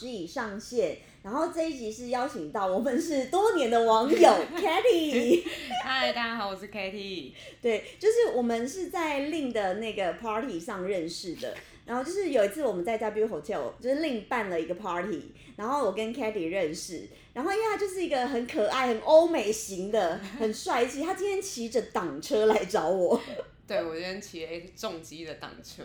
师已上线。然后这一集是邀请到我们是多年的网友 Kitty，嗨，大家好，我是 Kitty。对，就是我们是在令的那个 party 上认识的。然后就是有一次我们在 W Hotel，就是另办了一个 party，然后我跟 k a t t y 认识，然后因为他就是一个很可爱、很欧美型的、很帅气，他今天骑着挡车来找我，对我今天骑了一重机的挡车，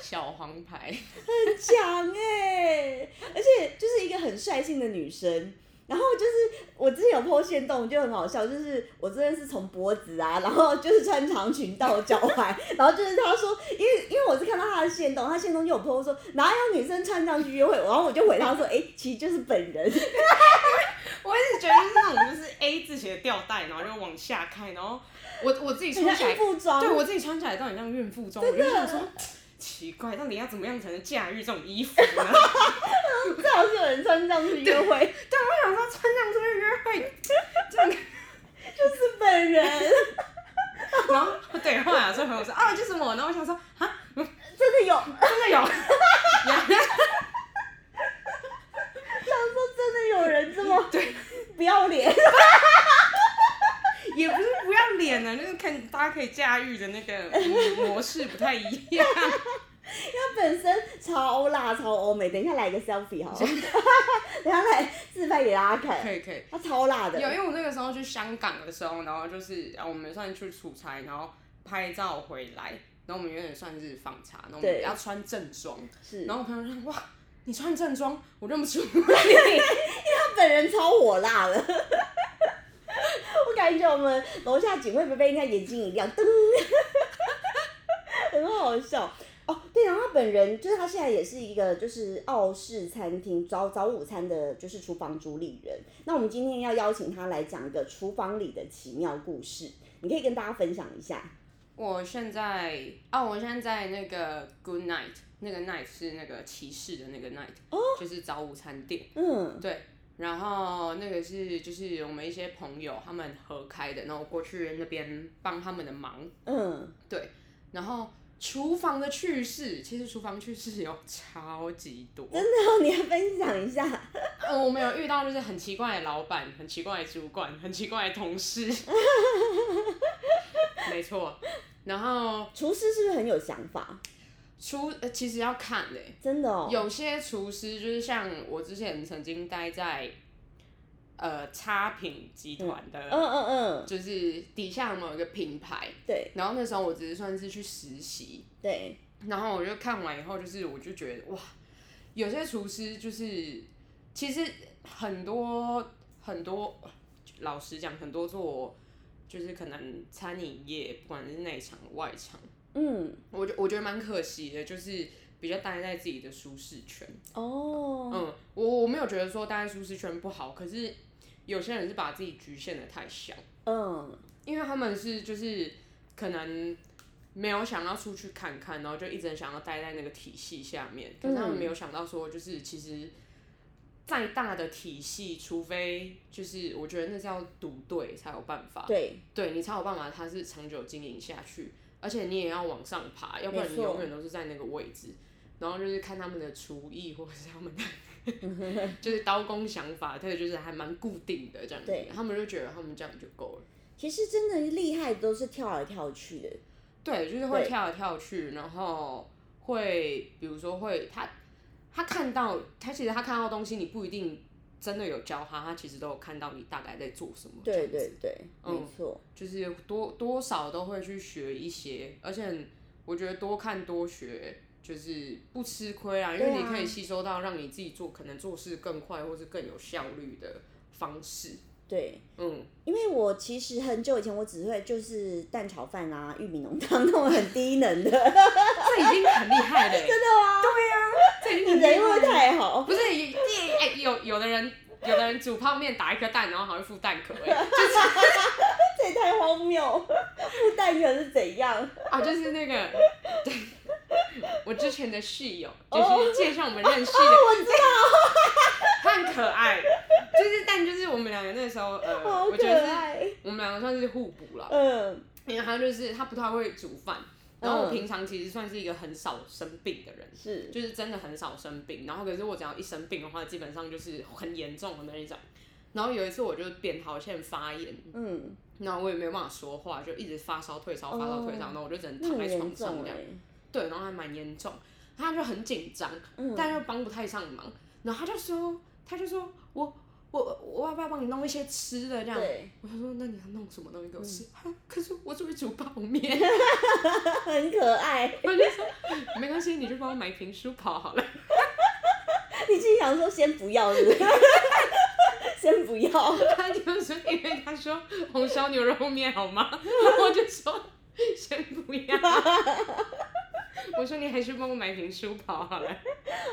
小黄牌，很强哎、而且就是一个很率性的女生。然后就是我之前有 PO 线动，就很好笑，就是我真的是从脖子啊，然后就是穿长裙到脚踝，然后就是他说，因为 因为我是看到他的线动，他线动就有 PO 说哪有女生穿上去约会，然后我就回他说，哎、其实就是本 人。我一直觉得就是那种就是 A 字形的吊带，然后就往下开，然后我我自己很像穿起来 孕，妇装，对我自己穿起来都很像孕妇装，我就想说。奇怪，到底要怎么样才能驾驭这种衣服 呢？最好是有人穿上去约会， 对，我想说穿上这个约会，这个，就是本人，然后对，后来有时候朋友说啊，就是我，然后我想说啊，真的有，真的有， 真的有人这么对不要脸，也不是不要脸呢，就是看大家可以驾驭的那个嗯模式不太一 样。他本身超辣超欧美，等一下来一个 selfie 好了， 等一下来自拍给大家看，可以可以，他超辣的，有，因为我那个时候去香港的时候，然后就是啊，我们算去出差，然后拍照回来，然后我们有点算是放茶，然后我对们要穿正装，是然后我朋友就说哇，你穿正装，我认不 出你。他本人超火辣的。 我感觉我们楼下警卫伯伯应该眼睛一亮，噔， 很好笑哦。对，然后他本人就是他现在也是一个就是澳式餐厅早早午餐的，就是厨房主理人。那我们今天要邀请他来讲一个厨房里的奇妙故事，你可以跟大家分享一下。我现在啊，我现在在那个 Good Night，那个 Night 是那个骑士的那个 Night，、就是哦早午餐店。嗯，对，然后那个是就是我们一些朋友他们合开的，然后我过去那边帮他们的忙。嗯，然后厨房的趣事，其实厨房趣事有超级多。真的、哦，你来分享一下。呃，我们有遇到就是很奇怪的老板、很奇怪的主管、很奇怪的同事。 没错，然后厨师是不是很有想法？厨、呃、其实要看嘞、真的哦，有些厨师就是像我之前曾经待在呃差品集团的，嗯嗯嗯，就是底下某一个品牌，对然后那时候我只是算是去实习，对，然后我就看完以后，就是我就觉得哇，有些厨师就是其实很多很多，老实讲，很多做就是可能餐饮业，不管是内场外场，嗯，我觉我觉得蛮可惜的，就是比较待在自己的舒适圈。哦，嗯，我我没有觉得说待在舒适圈不好，可是有些人是把自己局限的太小。嗯，因为他们是就是可能没有想要出去看看，然后就一直很想要待在那个体系下嗯面，可是他们没有想到说，就是其实再大的体系，除非就是我觉得那是要赌对才有办法，对，对你才有办法，它是长久经营下去，而且你也要往上爬，要不然你没错永远都是在那个位置。然后就是看他们的厨艺，或者是他们的 就是刀工想法，对，就是还蛮固定的这样子对。他们就觉得他们这样就够了。其实真的厉害都是跳来跳去的，对，就是会对跳来跳去，然后会比如说会他他看到他其实他看到的东西，你不一定真的有教他，他其实都有看到你大概在做什么。这对样子，对对，没错，就是多多少都会去学一些，而且我觉得多看多学。就是不吃亏啊，因为对啊你可以吸收到让你自己做可能做事更快或是更有效率的方式。对。嗯，因为我其实很久以前，我只会就是蛋炒饭啊、玉米浓汤那种很低能的，这已经很厉 害了、真的吗？对啊，这已经你很厉人缘害了会不会太好，不是，也哎、有有的人，有的人煮泡面打一颗蛋，然后还会附 蛋壳、哎，就是这也太荒谬，不蛋壳是怎样？啊，就是那个， 我之前的室友，就是介绍我们认 识的，哦我知他很可爱，就是但就是我们两个那时候，呃， 好我觉可得是爱，我们两个算是互补了，嗯，因为他就是他不太会煮饭，然后我平常其实算是一个很少生病的人，是就是真的很少生病。然后可是我只要一生病的话，基本上就是很严重的那一种。然后有一次我就扁桃腺发炎，嗯，然后我也没有办法说话，就一直发烧退烧，发烧退烧，然后我就只能哦那躺在很床严上重哎、这样。对，然后还蛮严重，他就很紧张，嗯但又帮不太上忙，然后他就说，他就说我我我要不要帮你弄一些吃的这样？对，嗯我就说那你要弄什么东西给我吃？他说可是我只会煮泡 面， 很可爱。我就说没关系，你就帮我买一瓶舒跑好了。你自己想说先不要是不 是？先不要，他 就说因为他说红烧牛肉面好吗？ 然后我就说先不要。 我说你还是帮我买瓶舒跑好了，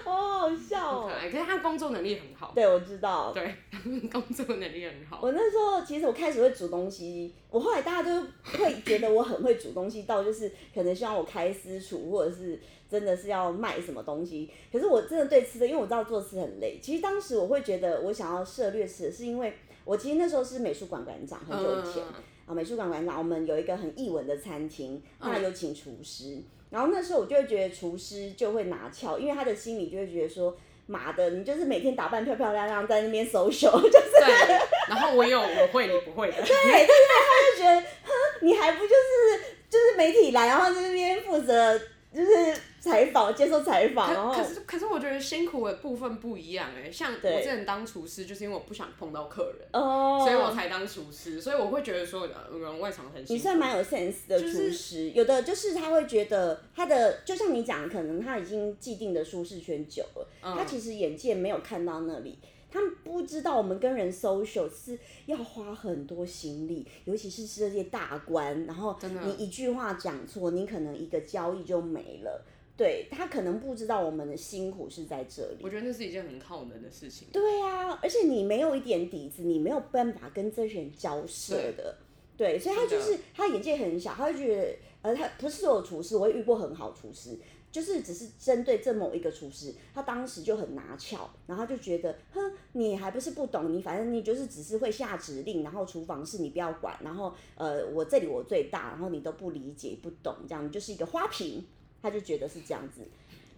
好好笑很哦。可爱。可是他工作能力很好，对，哦我知道。对， 工作能力很好。我那时候其实我开始会煮东西，我后来大家都会觉得我很会煮东西，到就是可能希望我开私厨，或者是真的是要卖什么东西。可是我真的对吃的，因为我知道做吃很累。其实当时我会觉得我想要涉略吃的，是因为我其实那时候是美术馆馆长，很久以前。嗯啊，美术馆馆长，我们有一个很艺文的餐厅，那有请厨师。然后那时候我就会觉得厨师就会拿翘，因为他的心里就会觉得说，妈的，你就是每天打扮漂漂亮亮在那边 social，就 对，然后我有我会你不会的，对对对，他就觉得，哼，你还不就是就是媒体来，然后在那边负责就是采访，接受采访，然可后可是可是我觉得辛苦的部分不一样哎、像我对之前当厨师，就是因为我不想碰到客人，哦，所以我才当厨师，所以我会觉得说呃人外场很辛你苦。算蛮有 sense 的厨就师，是有的就是他会觉得他的，就像你讲，可能他已经既定的舒适圈久了，嗯他其实眼界没有看到那里。他们不知道我们跟人 social 是要花很多心力，尤其是这些大官，然后真的你一句话讲错，你可能一个交易就没了。对他可能不知道我们的辛苦是在这里。我觉得那是一件很耗能的事情。对啊，而且你没有一点底子，你没有办法跟这些人交涉的。对，所以他真就的是他眼界很小，他就觉得，呃，他不是所有厨师，我也遇过很好厨师，就是只是针对这某一个厨师，他当时就很拿翘，然后他就觉得，哼，你还不是不懂，你反正你就是只是会下指令，然后厨房事你不要管，然后呃，我这里我最大，然后你都不理解不懂，这样你就是一个花瓶，他就觉得是这样子。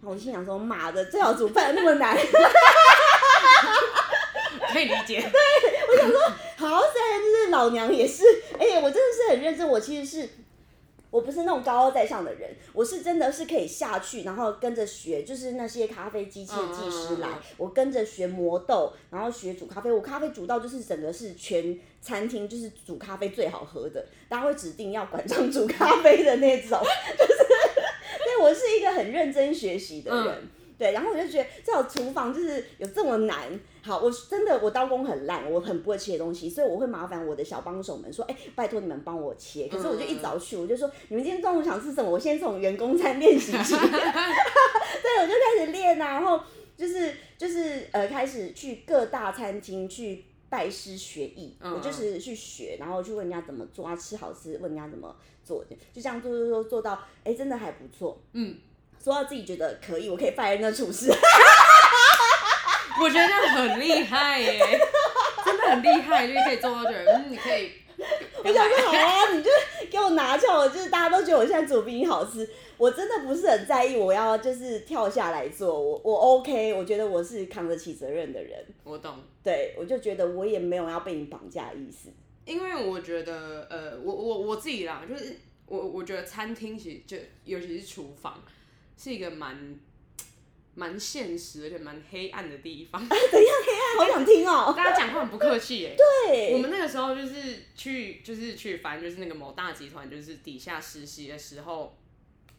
然后我心想说，妈的，最好煮饭那么难，可以理解。好，虽然就是老娘也是， 哎、我真的是很认真，我其实是。我不是那种高高在上的人，我是真的是可以下去，然后跟着学，就是那些咖啡机器的技师来，嗯嗯嗯我跟着学磨豆，然后学煮咖啡。我咖啡煮到就是整个是全餐厅就是煮咖啡最好喝的，大家会指定要馆长煮咖啡的那种，就是，对我是一个很认真学习的人。对，然后我就觉得这种厨房就是有这么难。好，我真的我刀工很烂，我很不会切东西，所以我会麻烦我的小帮手们说，哎、拜托你们帮我切。可是我就一早去，我就说你们今天中午想吃什么？我先从员工餐练习起。对，我就开始练啊，然后就是就是呃，开始去各大餐厅去拜师学艺，嗯我就是去学，然后去问人家怎么做啊，吃好吃，问人家怎么做，就这样做做做做到，哎、真的还不错。嗯，说到自己觉得可以，我可以拜那厨 师，我觉得这样很厉害 耶、真的很厉害，就是可以做到这样。嗯，你可以。我想说好啊，你就给我拿翘，我就是大家都觉得我现在煮比你好吃，我真的不是很在意，我要就是跳下来做，我我 OK，我觉得我是扛得起责任的人，我懂。对我就觉得我也没有要被你绑架的意思，因为我觉得，呃，我我我自己啦，就是我我觉得餐厅其实就尤其是厨房，是一个蛮蛮现实而且蛮黑暗的地方。哎好想听哦、 大家讲话很不客气耶、我对，们那个时候就是去，就是去，反正就是那个某大集团，就是底下实习的时候，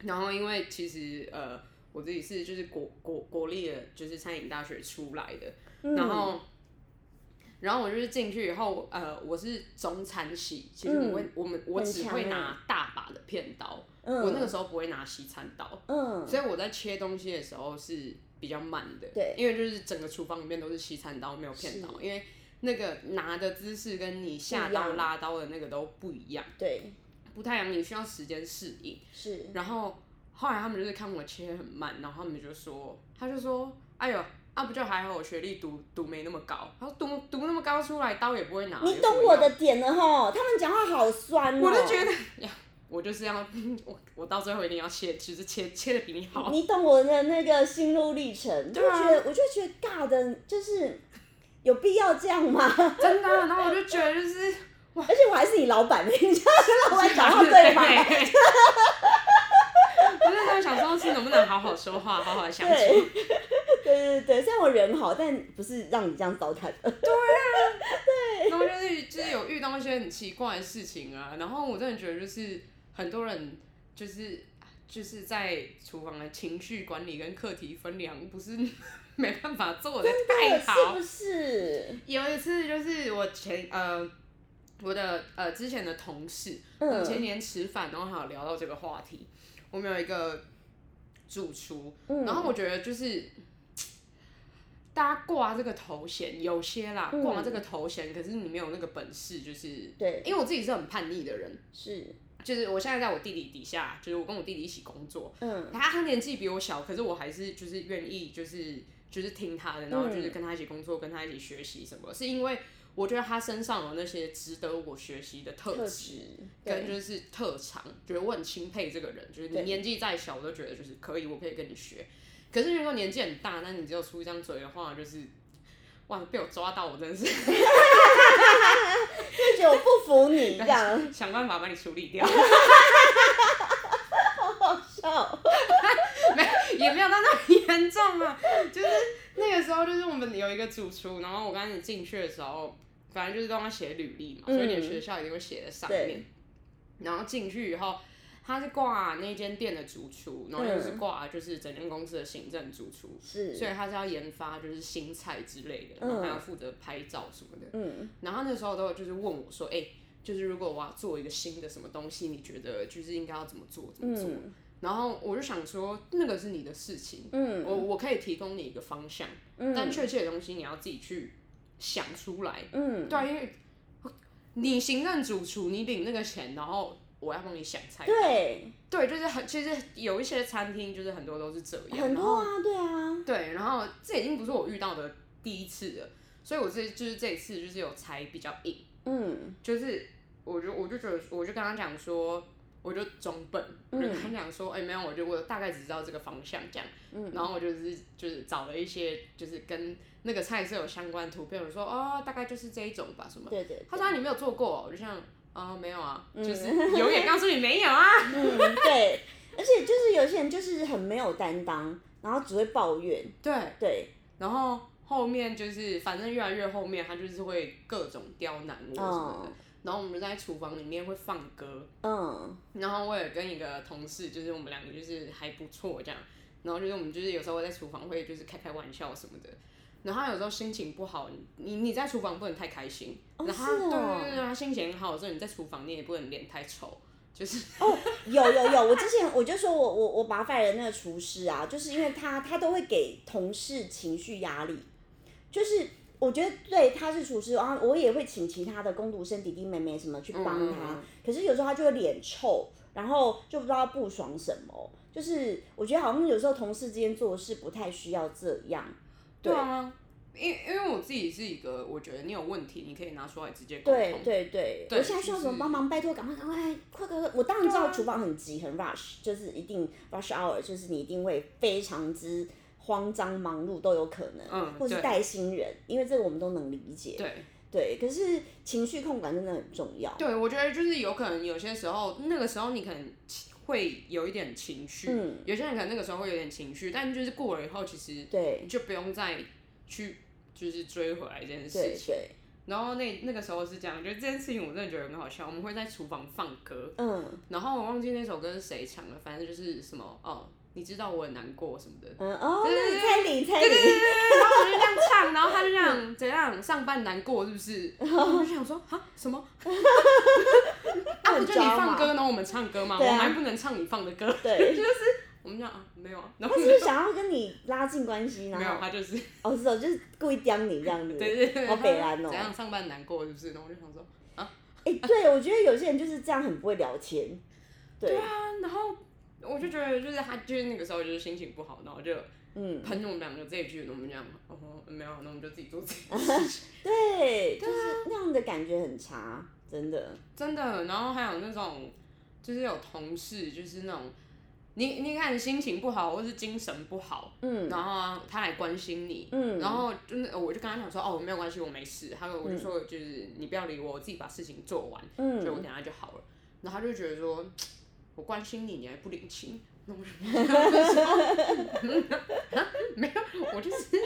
然后因为其实呃，我自己是就是国国国立的，就是餐饮大学出来的，嗯然后，然后我就是进去以后，呃，我是中餐系，其实我会、我们嗯我很只强会欸拿大把的片刀，我嗯那个时候不会拿西餐刀，嗯，所以我在切东西的时候是比较慢的，对因为就是整个厨房里面都是西餐刀，没有片刀，因为那个拿的姿势跟你下不一刀样拉刀的那个都不一样，对，不太一样，你需要时间适应。是，然后后来他们就是看我切很慢，然后他们就说，他就说，哎呦，啊不就还好，我学历读读没那么高，他说读读那么高出来刀也不会拿，你啊有什么懂我用的点了吼，他们讲话好酸哦、我都觉得呀，我就是要 我我到最后一定要切，就是切切的比你好。你懂我的那个心路历程，就对啊觉得我就觉得尬的，就是有必要这样吗？真的 啊、然后我就觉得就是，而且我还是你老板，你知道跟老板讲话对 吗？我就在想说，是能不能好好说话，好好相对处。，对对对，虽然我人好，但不是让你这样糟蹋的。然后就是就是有遇到一些很奇怪的事情啊，然后我真的觉得就是很多人就是就是在厨房的情绪管理跟课题分离，好像不是 没办法做的太是好不。是？有一次就是我前呃我的呃之前的同事，我们嗯前几天吃饭，然后还有聊到这个话题。我们有一个主厨，嗯，然后我觉得就是。大家挂这个头衔，有些啦嗯挂这个头衔，可是你没有那个本事，就是对因为我自己是很叛逆的人，是，就是我现在在我弟弟底下，就是我跟我弟弟一起工作，嗯他他年纪比我小，可是我还是就是愿意就是就是听他的，然后嗯就是跟他一起工作，跟他一起学习什么的，是因为我觉得他身上有那些值得我学习的特特质。质跟对就是特长，觉得我很钦佩这个人，就是你对年纪再小，我都觉得就是可以，我可以跟你学。可是如果年纪很大，那你只有出一张嘴的话，就是哇，被我抓到，我真的是就觉得我不服你这样，啊 想办法把你处理掉，好笑。 也没有到那么严重啊。就是那个时候，就是我们有一个主厨，然后我刚开始进去的时候，反正就是都要写履历嘛，所以你的嗯学校一定会写在上对面。然后进去以后，他是挂那间店的主厨，然后又是嗯挂就是整间公司的行政主厨，所是，以他是要研发就是新菜之类的，嗯然后还要负责拍照什么的。嗯然后那时候都有就是问我说，哎、就是如果我要做一个新的什么东西，你觉得就是应该要怎么做，怎么做？嗯然后我就想说，那个是你的事情，嗯我我可以提供你一个方向，但嗯确切的东西你要自己去想出来。嗯，对啊，因为你行政主厨，你领那个钱，然后我要帮你想菜。对，对，就是很，其实有一些餐厅就是很多都是这样，很然后多啊，对啊，对，然后这已经不是我遇到的第一次了，所以我这就是这一次就是有才比较硬，嗯就是我就我就觉得我就跟他讲说，我就装笨，我嗯就跟他讲说，哎、没有，我就我大概只知道这个方向这样，嗯然后我就是就是找了一些就是跟那个菜色有相关的图片，我说哦，大概就是这一种吧什么，对对，他说、啊、你没有做过哦，我就像啊、没有啊，就是嗯有也告诉你没有啊， 嗯对，而且就是有些人就是很没有担当，然后只会抱怨，对， 对，然后后面就是反正越来越后面，他就是会各种刁难我什么的。嗯然后我们就在厨房里面会放歌，嗯然后我也跟一个同事，就是我们两个就是还不错这样。然后就是我们就是有时候会在厨房会就是开开玩笑什么的。然后他有时候心情不好，你你在厨房不能太开心。哦然后他、是哦对对对对，他心情很好的时候，你在厨房你也不能脸太丑，就是哦，有有有，我之前我就说我我我把 fire 的那个厨师啊，就是因为他他都会给同事情绪压力，就是我觉得对他是厨师，然后我也会请其他的工读生弟弟妹妹什么去帮嗯嗯他，嗯可是有时候他就会脸臭，然后就不知道不爽什么，就是我觉得好像有时候同事之间做事不太需要这样，对啊。因因为我自己是一个，我觉得你有问题，你可以拿出来直接沟通。对对对，对我现在需要就什么是啊帮忙？拜托，赶快赶快，快快快！我当然知道厨房很急很 rush，就是一定 rush hour，就是你一定会非常之慌张忙碌都有可能，嗯或是对带新人，因为这个我们都能理解。对，对，可是情绪控管真的很重要。对，我觉得就是有可能有些时候，那个时候你可能会有一点情绪，嗯有些人可能那个时候会有点情绪，但就是过了以后，其实对你就不用再去就是追回来这件事对情。对，然后那那个时候是这样，就这件事情我真的觉得很好笑。我们会在厨房放歌，嗯然后我忘记那首歌是谁唱的，反正就是什么哦，你知道我很难过什么的。嗯哦，对对那你对猜你猜你，然后我就这样唱，然后他就这样怎样上班难过是不是？然后我就想说啊什么？啊不就你放歌，然后我们唱歌吗？对啊我们还不能唱你放的歌，对，我们就啊没有啊，然他后是不是想要跟你拉近关系，没有然后他就是哦是哦，就是故意刁你这样子。对对对，好他北蓝哦 怎样上班难过是不是？然后我就想说哎，对，我觉得有些人就是这样很不会聊天。对，啊，然后我就觉得就是他就是那个时候就是心情不好，然后就嗯。喷我们两个这一句，然后我们讲哦没有，那我们就自己做自己。啊对，就是那样的感觉很差，真的。真的，然后还有那种，就是有同事就是那种，你你看心情不好或是精神不好，嗯然后啊他来关心你，嗯，然后就是我就跟他讲说哦没有关系我没事，他我就说就是你不要理我，我自己把事情做完，嗯所以我等下就好了。然后他就觉得说我关心你，你还不领情，那我就 没有，我就是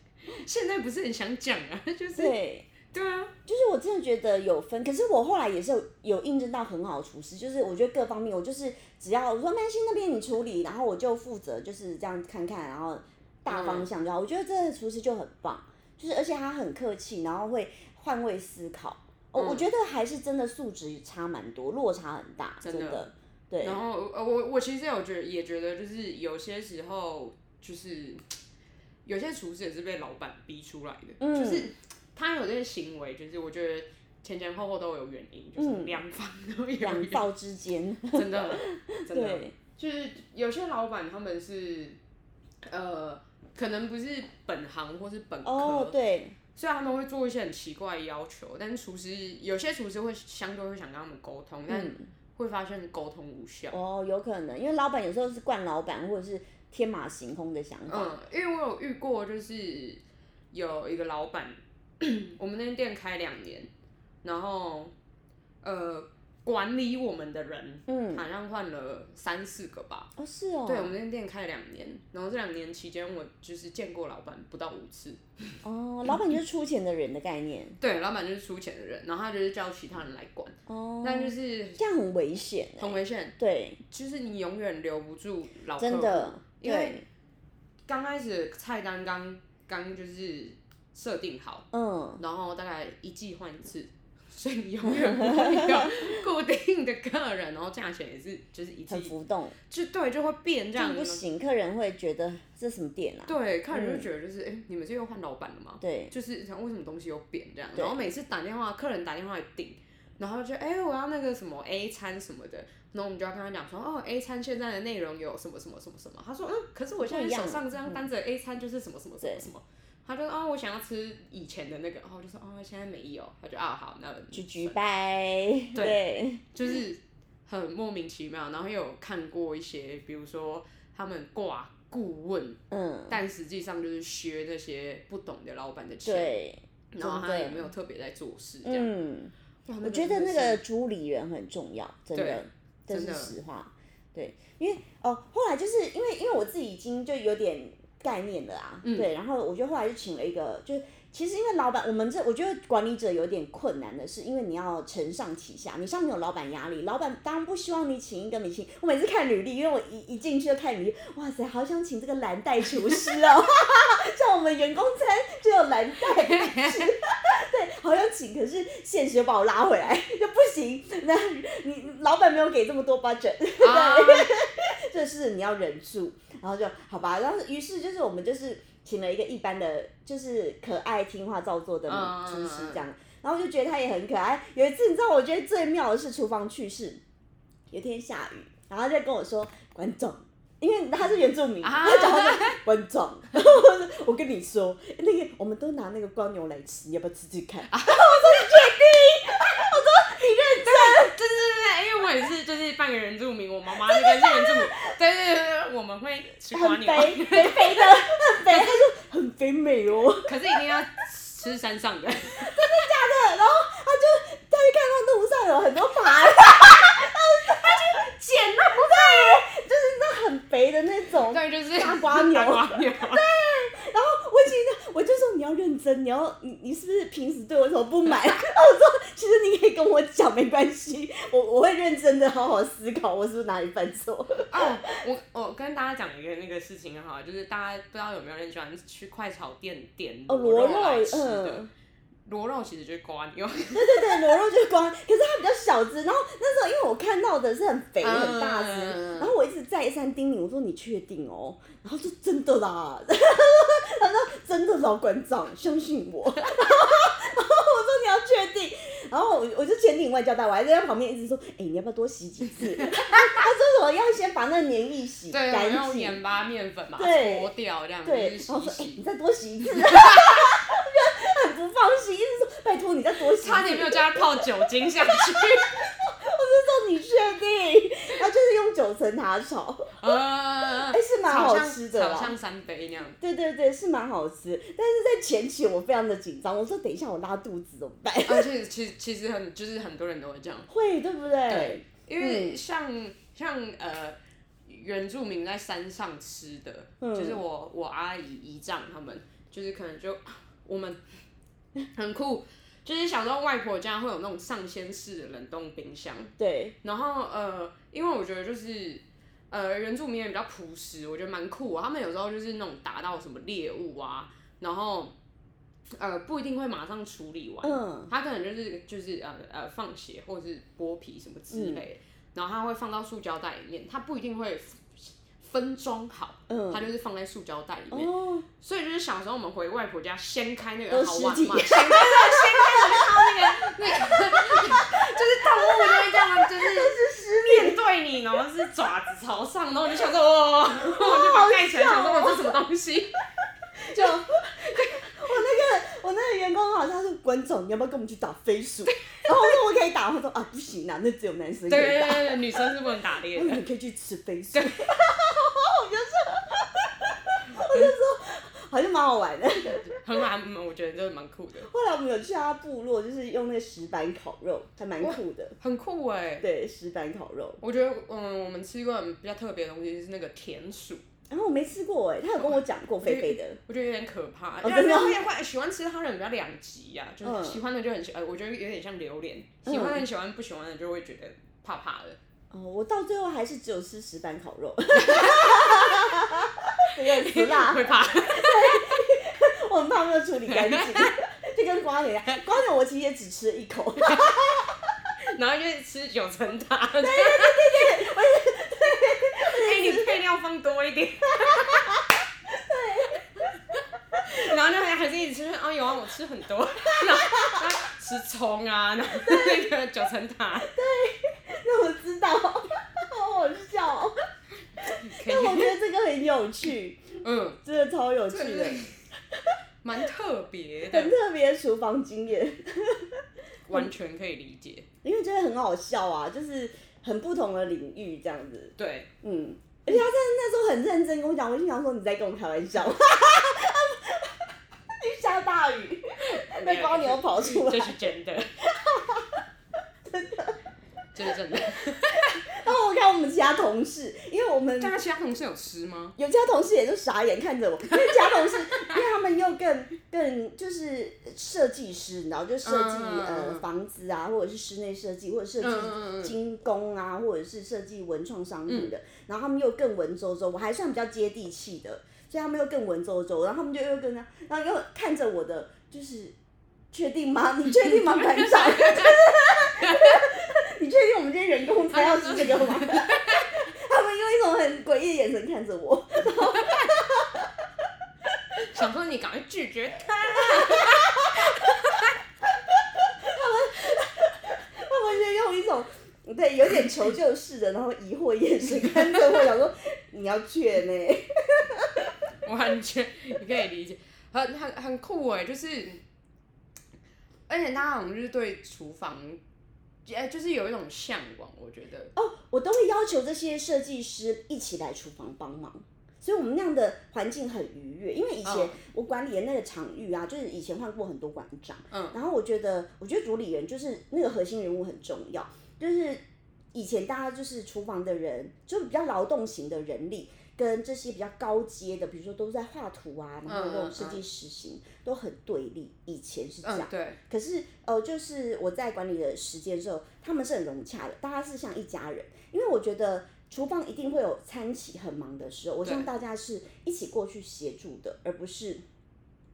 现在不是很想讲啊，就是对，对啊，就是我真的觉得有分，可是我后来也是有有印证到很好的厨师，就是我觉得各方面，我就是只要我说曼心那边你处理，然后我就负责就是这样看看，然后大方向就好。我觉得这个厨师就很棒，就是而且他很客气，然后会换位思考。哦，嗯我觉得还是真的素质差蛮多，落差很大，真的对，然后呃，我我其实有觉也觉得，就是有些时候就是有些厨师也是被老板逼出来的，嗯就是他有这些行为，就是我觉得前前后后都有原因，就是两方都有嗯原两因，造之间，真的真的对，就是有些老板他们是呃，可能不是本行或是本科，哦，对，虽然他们会做一些很奇怪的要求，但是厨师有些厨师会相对会想跟他们沟通，但嗯，会发现沟通无效。哦，有可能，因为老板有时候是惯老板，或者是天马行空的想法，嗯，因为我有遇过，就是有一个老板， 我们那间店开两年，然后呃，管理我们的人嗯，好像换了三四个吧。哦，是哦，对，我们那间店开了两年，然后这两年期间，我就是见过老板不到五次。哦，老板就是出钱的人的概念对，老板就是出钱的人，然后他就是叫其他人来管，哦，但就是这样很危险欸很危险，对，就是你永远留不住老客户真的，因为对，刚开始菜单刚刚就是设定好。嗯，然后大概一季换一次，所以你永远不会 有固定的客人，然后价钱也是就是一很季浮动，就对就会变这这样样不子。行，客人会觉得这什么店啊？对，客人就觉得就是哎、诶你们这又换老板了吗？对，就是想为什么东西又变这样？对然后每次打电话，客人打电话来订，然后就哎、诶我要那个什么 A 餐什么的，然后我们就要跟他讲说哦 A 餐现在的内容有什么什么什么什么，他说嗯，可是我现不一在样嗯手上这张单子的 A 餐就是什么什么什么什么。他就哦，我想要吃以前的那个，然后我就说哦，现在没有。他就啊，好，那举举拜，对，就是很莫名其妙。然后也有看过一些，比如说他们挂顾问，嗯，但实际上就是削那些不懂的老板的钱，对，然后他真的也没有特别在做事这样。嗯，哇我觉得那真的个 是主理人很重要，真的这对，真是的实话。对，因为哦，后来就是因为因为我自己已经就有点概念了啊，嗯对，然后我就后来就请了一个，就是其实因为老板，我们这我觉得管理者有点困难的是，因为你要承上启下，你上面有老板压力，老板当然不希望你请一个你请，我每次看履历，因为我一一进去就看履历，哇塞，好想请这个蓝带厨师哦， 像我们员工餐就有蓝带， 对，好像请，可是现实又把我拉回来，就不行。那你老板没有给这么多 budget， 啊，这是你要忍住。然后就好吧，然后于是就是我们就是请了一个一般的，就是可爱听话照做的嗯嗯嗯厨师这样。然后我就觉得他也很可爱。有一次你知道，我觉得最妙的是厨房趣事。有一天下雨，然后他就跟我说观众。因为他是原住民，啊他讲话就观众，然后我说我跟你说，那个我们都拿那个光牛来吃，你要不要吃吃看？啊对对对对，因为我也是就是半个原住民，我妈妈那边是原 住民，对对对对，我们会吃瓜很牛，肥肥肥的，很肥，他就很肥美哦。可是一定要吃山 上的，然后他就他就看到路上有很多 爬，捡到啊那很肥的那种。对就是大瓜牛大瓜牛，然后我其实我就说你要认真，你要你你是不是平时对我有什么不满？ 然后我说其实你可以跟我讲，没关系，我我会认真的好好思考我是不是哪里犯错。哦，我我跟大家讲一个那个事情哈，就是大家不知道有没有人喜欢去快炒店点哦，螺螺来肉，吃的嗯，，螺肉其实就是瓜牛，对对对，螺肉就是光，可是它比较小只。然后那时候因为我看到的是很肥很大只，嗯然后我一直再三叮咛，我说你确定哦？然后就真的啦，他说真的老馆长相信我， 然后我说你要确定，然后我我就千叮万交代，我还在他旁边一直说，哎、你要不要多洗几次？ 他说我要先把那个黏液洗对，我干用净。盐巴面粉把它对搓掉，这样对，就是然洗后一说，哎、你洗。再多洗一次， 就很不放心，一直说，拜托你再多洗一次。差点没有叫他泡酒精下去，我就说你确定？九层塔炒，啊呃，哎是蛮好吃的啦好像三杯那样。对对对，是蛮好吃。但是在前期我非常的紧张，我说等一下我拉肚子怎么办？ 而且啊其实其实很就是很多人都会这样，会对不对？对，嗯因为像、像呃原住民在山上吃的，嗯就是我我阿姨姨丈他们，就是可能就啊我们很酷，就是小时候外婆家会有那种上仙式的冷冻冰箱，对然后呃，因为我觉得就是呃，原住民人比较朴实，我觉得蛮酷、啊。他们有时候就是那种打到什么猎物啊，然后呃不一定会马上处理完，嗯他可能就是就是呃呃放血或是剥皮什么之类的，然后他会放到塑胶袋里面，他不一定会分装好，嗯他就是放在塑胶袋里面。哦，所以就是小时候我们回外婆家，掀开那都个好玩嘛，实掀体开那个，掀开我就看到那个那个， 就是动物就会这样，就是面对你，然后是爪子朝上，然后我就想说，哇、哦， 我就把它盖起来，想说我这什么东 西？就我那个我那个员工好像是观众，你要不要跟我们去打飞 鼠？然后我说我可以打，他说啊不行啊，那只有男生对可对以打，对对，女生是不能打猎我 的。们可以去吃飞 鼠。然后我就说，我就说好像蛮好玩的。很好，嗯我觉得这蛮酷的，后来我们有去他部落，就是用那个石板烤肉，还蛮酷的。很酷哎、对，石板烤肉。我觉得，嗯，我们吃过比较特别的东西是那个田鼠，然后我没吃过哎、他有跟我讲过菲菲的，我觉得有点可怕，哦因真的为哦会会喜欢吃它的人比较两极呀，就是嗯喜欢的就很喜，呃，我觉得有点像榴莲，喜欢的很喜欢，不喜欢的就会觉得怕怕的。哦，我到最后还是只有吃石板烤肉， 只有吃辣，会怕。我很怕没有处理 干净，就跟瓜牛一样。瓜牛我其实也只吃了一口， 然后就是吃九层塔。对对对对对，哎，你配料放多一点。对。然后就还还是一直吃，哦，有啊，我吃很多，然后然后吃葱啊，然后那个九层塔，那我知道， 好好笑、哦。可以但，我觉得这个很有趣，嗯，真的超有趣这的个，蛮特别的很。特别的厨房经验。完全可以理解。因为觉得很好笑啊，就是很不同的领域这样子，对，嗯。而且他真的那时候很认真跟我讲，我心想说你在跟我开玩笑， 一下大雨，那瓜牛跑出来这，是 真的，真的，这是真的。然哦后我看我们其他同事，因为我们但他其他同事有吃吗？有其他同事也就傻眼看着我，因为其他同事， 因为他们又更更就是设计师，你知道，就设计、嗯嗯嗯呃房子啊，或者是室内设计，或者设嗯嗯嗯嗯嗯计精工啊，或者是设计文创商品的，然后他们又更文绉绉，我还算比较接地气的，所以他们又更文绉绉，然后他们就又跟他，然后又看着我的，就是确定 吗？你确定吗，班长？ 你确定我们今天员工餐要吃这个吗？ 他们用一种很诡异的眼神看着我，想说你赶快拒绝他。他们就用一种对有点求救式的，然后疑惑眼神看着我，想说你要劝呢、完全你可以理解，很很很酷哎，就是，而且他好像就是对厨房，哎，就是有一种向往，我觉得。哦，我都会要求这些设计师一起来厨房帮忙。所以我们那样的环境很愉悦，因为以前嗯我管理的那个场域啊，就是以前换过很多馆长，嗯，然后我觉得，我觉得主理人就是那个核心人物很重要，就是以前大家就是厨房的人，就比较劳动型的人力，跟这些比较高阶的，比如说都在画图啊，然后嗯那种嗯设计实行，都很对立，以前是这样嗯，。对，可是呃，就是我在管理的时间的时候，他们是很融洽的，大家是像一家人。因为我觉得厨房一定会有餐企很忙的时候，我希望大家是一起过去协助的，而不是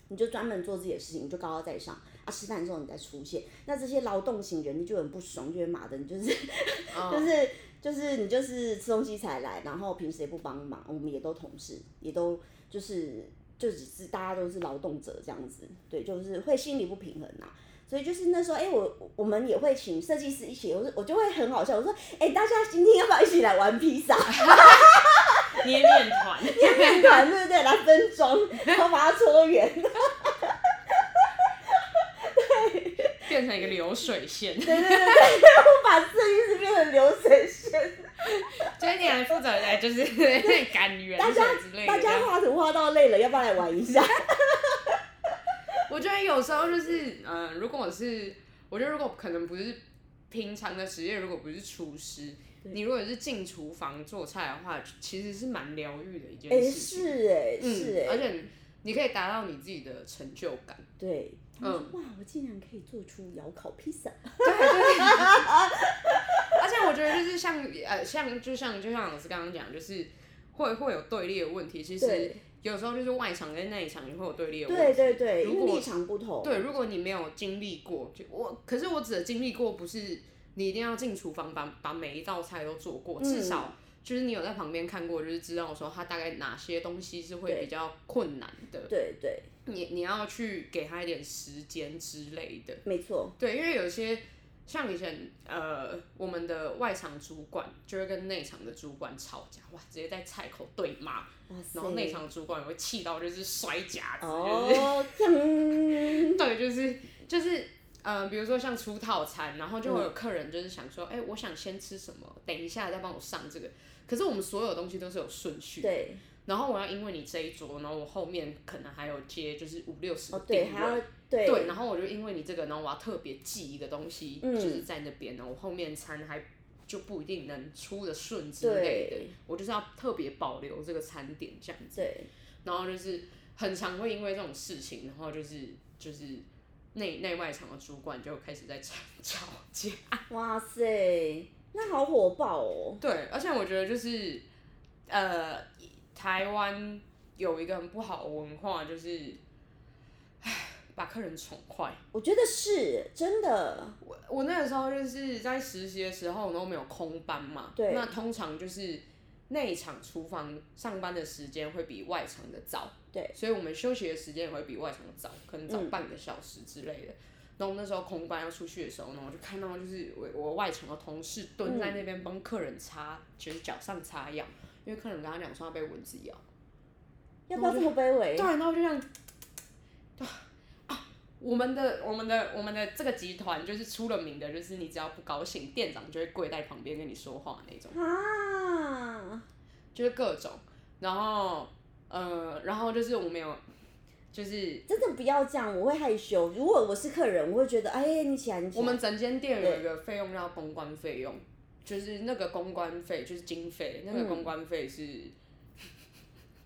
你就专门做自己的事情，你就高高在上啊。吃饭的时候你再出现，那这些劳动型人力就很不爽，就会骂的你就是嗯就是就是你就是吃东西才来，然后平时也不帮忙，我们也都同事，也都就是就只是大家都是劳动者这样子，对，就是会心里不平衡呐、所以就是那时候，哎、我我们也会请设计师一起，我说我就会很好笑，我说，哎、大家今天要不要一起来玩披萨？捏面团，面面团对不对？来分装，然后把它搓圆。变成一个流水线。 对对对对，我把设计师变成流水线，就是你来负责来就是 赶人大家之类的。大家画图画到累了，要不要来玩一下？我觉得有时候就是，嗯、如果我是，我觉得如果可能不是平常的职业，如果不是厨师，对你如果是进厨房做菜的话，其实是蛮疗愈的一件哎、事情。是哎、嗯，是哎、而且你可以达到你自己的成就感。对，嗯嗯，哇，我竟然可以做出窑烤披萨，对对。而且我觉得就是像呃像就像就像老师刚刚讲，就是会会有对立的问题。其实对有时候就是外场跟内场也会有对立的问题。对对对，如因为果立场不同，对，如果你没有经历过，就我，可是我指的经历过，不是你一定要进厨房把把每一道菜都做过，至嗯少就是你有在旁边看过，就是知道说它大概哪些东西是会对比较困难的，对对，你你要去给他一点时间之类的。没错，对，因为有些像以前呃，我们的外场主管就会跟内场的主管吵架，哇，直接在菜口对骂，哇塞然后内场主管也会气到就是摔夹子，就是哦， 嗯对，就是就是，呃，比如说像出套餐，然后就嗯会有客人就是想说，哎、我想先吃什么，等一下再帮我上这个。可是我们所有东西都是有顺序，对，然后我要因为你这一桌，然后我后面可能还有接就是五六十个哦对，定还位要对对，然后我就因为你这个，然后我要特别记一个东西，嗯就是在那边，然后我后面餐还就不一定能出的顺之类的对，我就是要特别保留这个餐点这样子。对然后就是很常会因为这种事情，然后就是就是内内外场的主管就开始在吵吵架。哇塞，那好火爆哦！对，而且我觉得就是呃，台湾有一个很不好的文化，就是唉把客人宠坏。我觉得是真的，我我那个时候就是在实习的时候，然后没有空班嘛，对那通常就是内场厨房上班的时间会比外场的早，对，所以我们休息的时间也会比外场的早，可能早半个小时之类的。然后我们那时候空班要出去的时候呢，我就看到就是我我外场的同事蹲在那边帮客人擦，就是脚上擦药，因为客人跟他讲说要被蚊子咬，要不要这么卑微？对，然后我就这样，啊，我们的我们的我们的这个集团就是出了名的，就是你只要不高兴，店长就会跪在旁边跟你说话那种，啊，就是各种，然后呃，然后就是我们有，就是真的不要这样，我会害羞。如果我是客人，我会觉得，哎，你起来，你起我来。们整间店有一个费用叫公关费用，就是那个公关费就是经费，嗯那个公关费是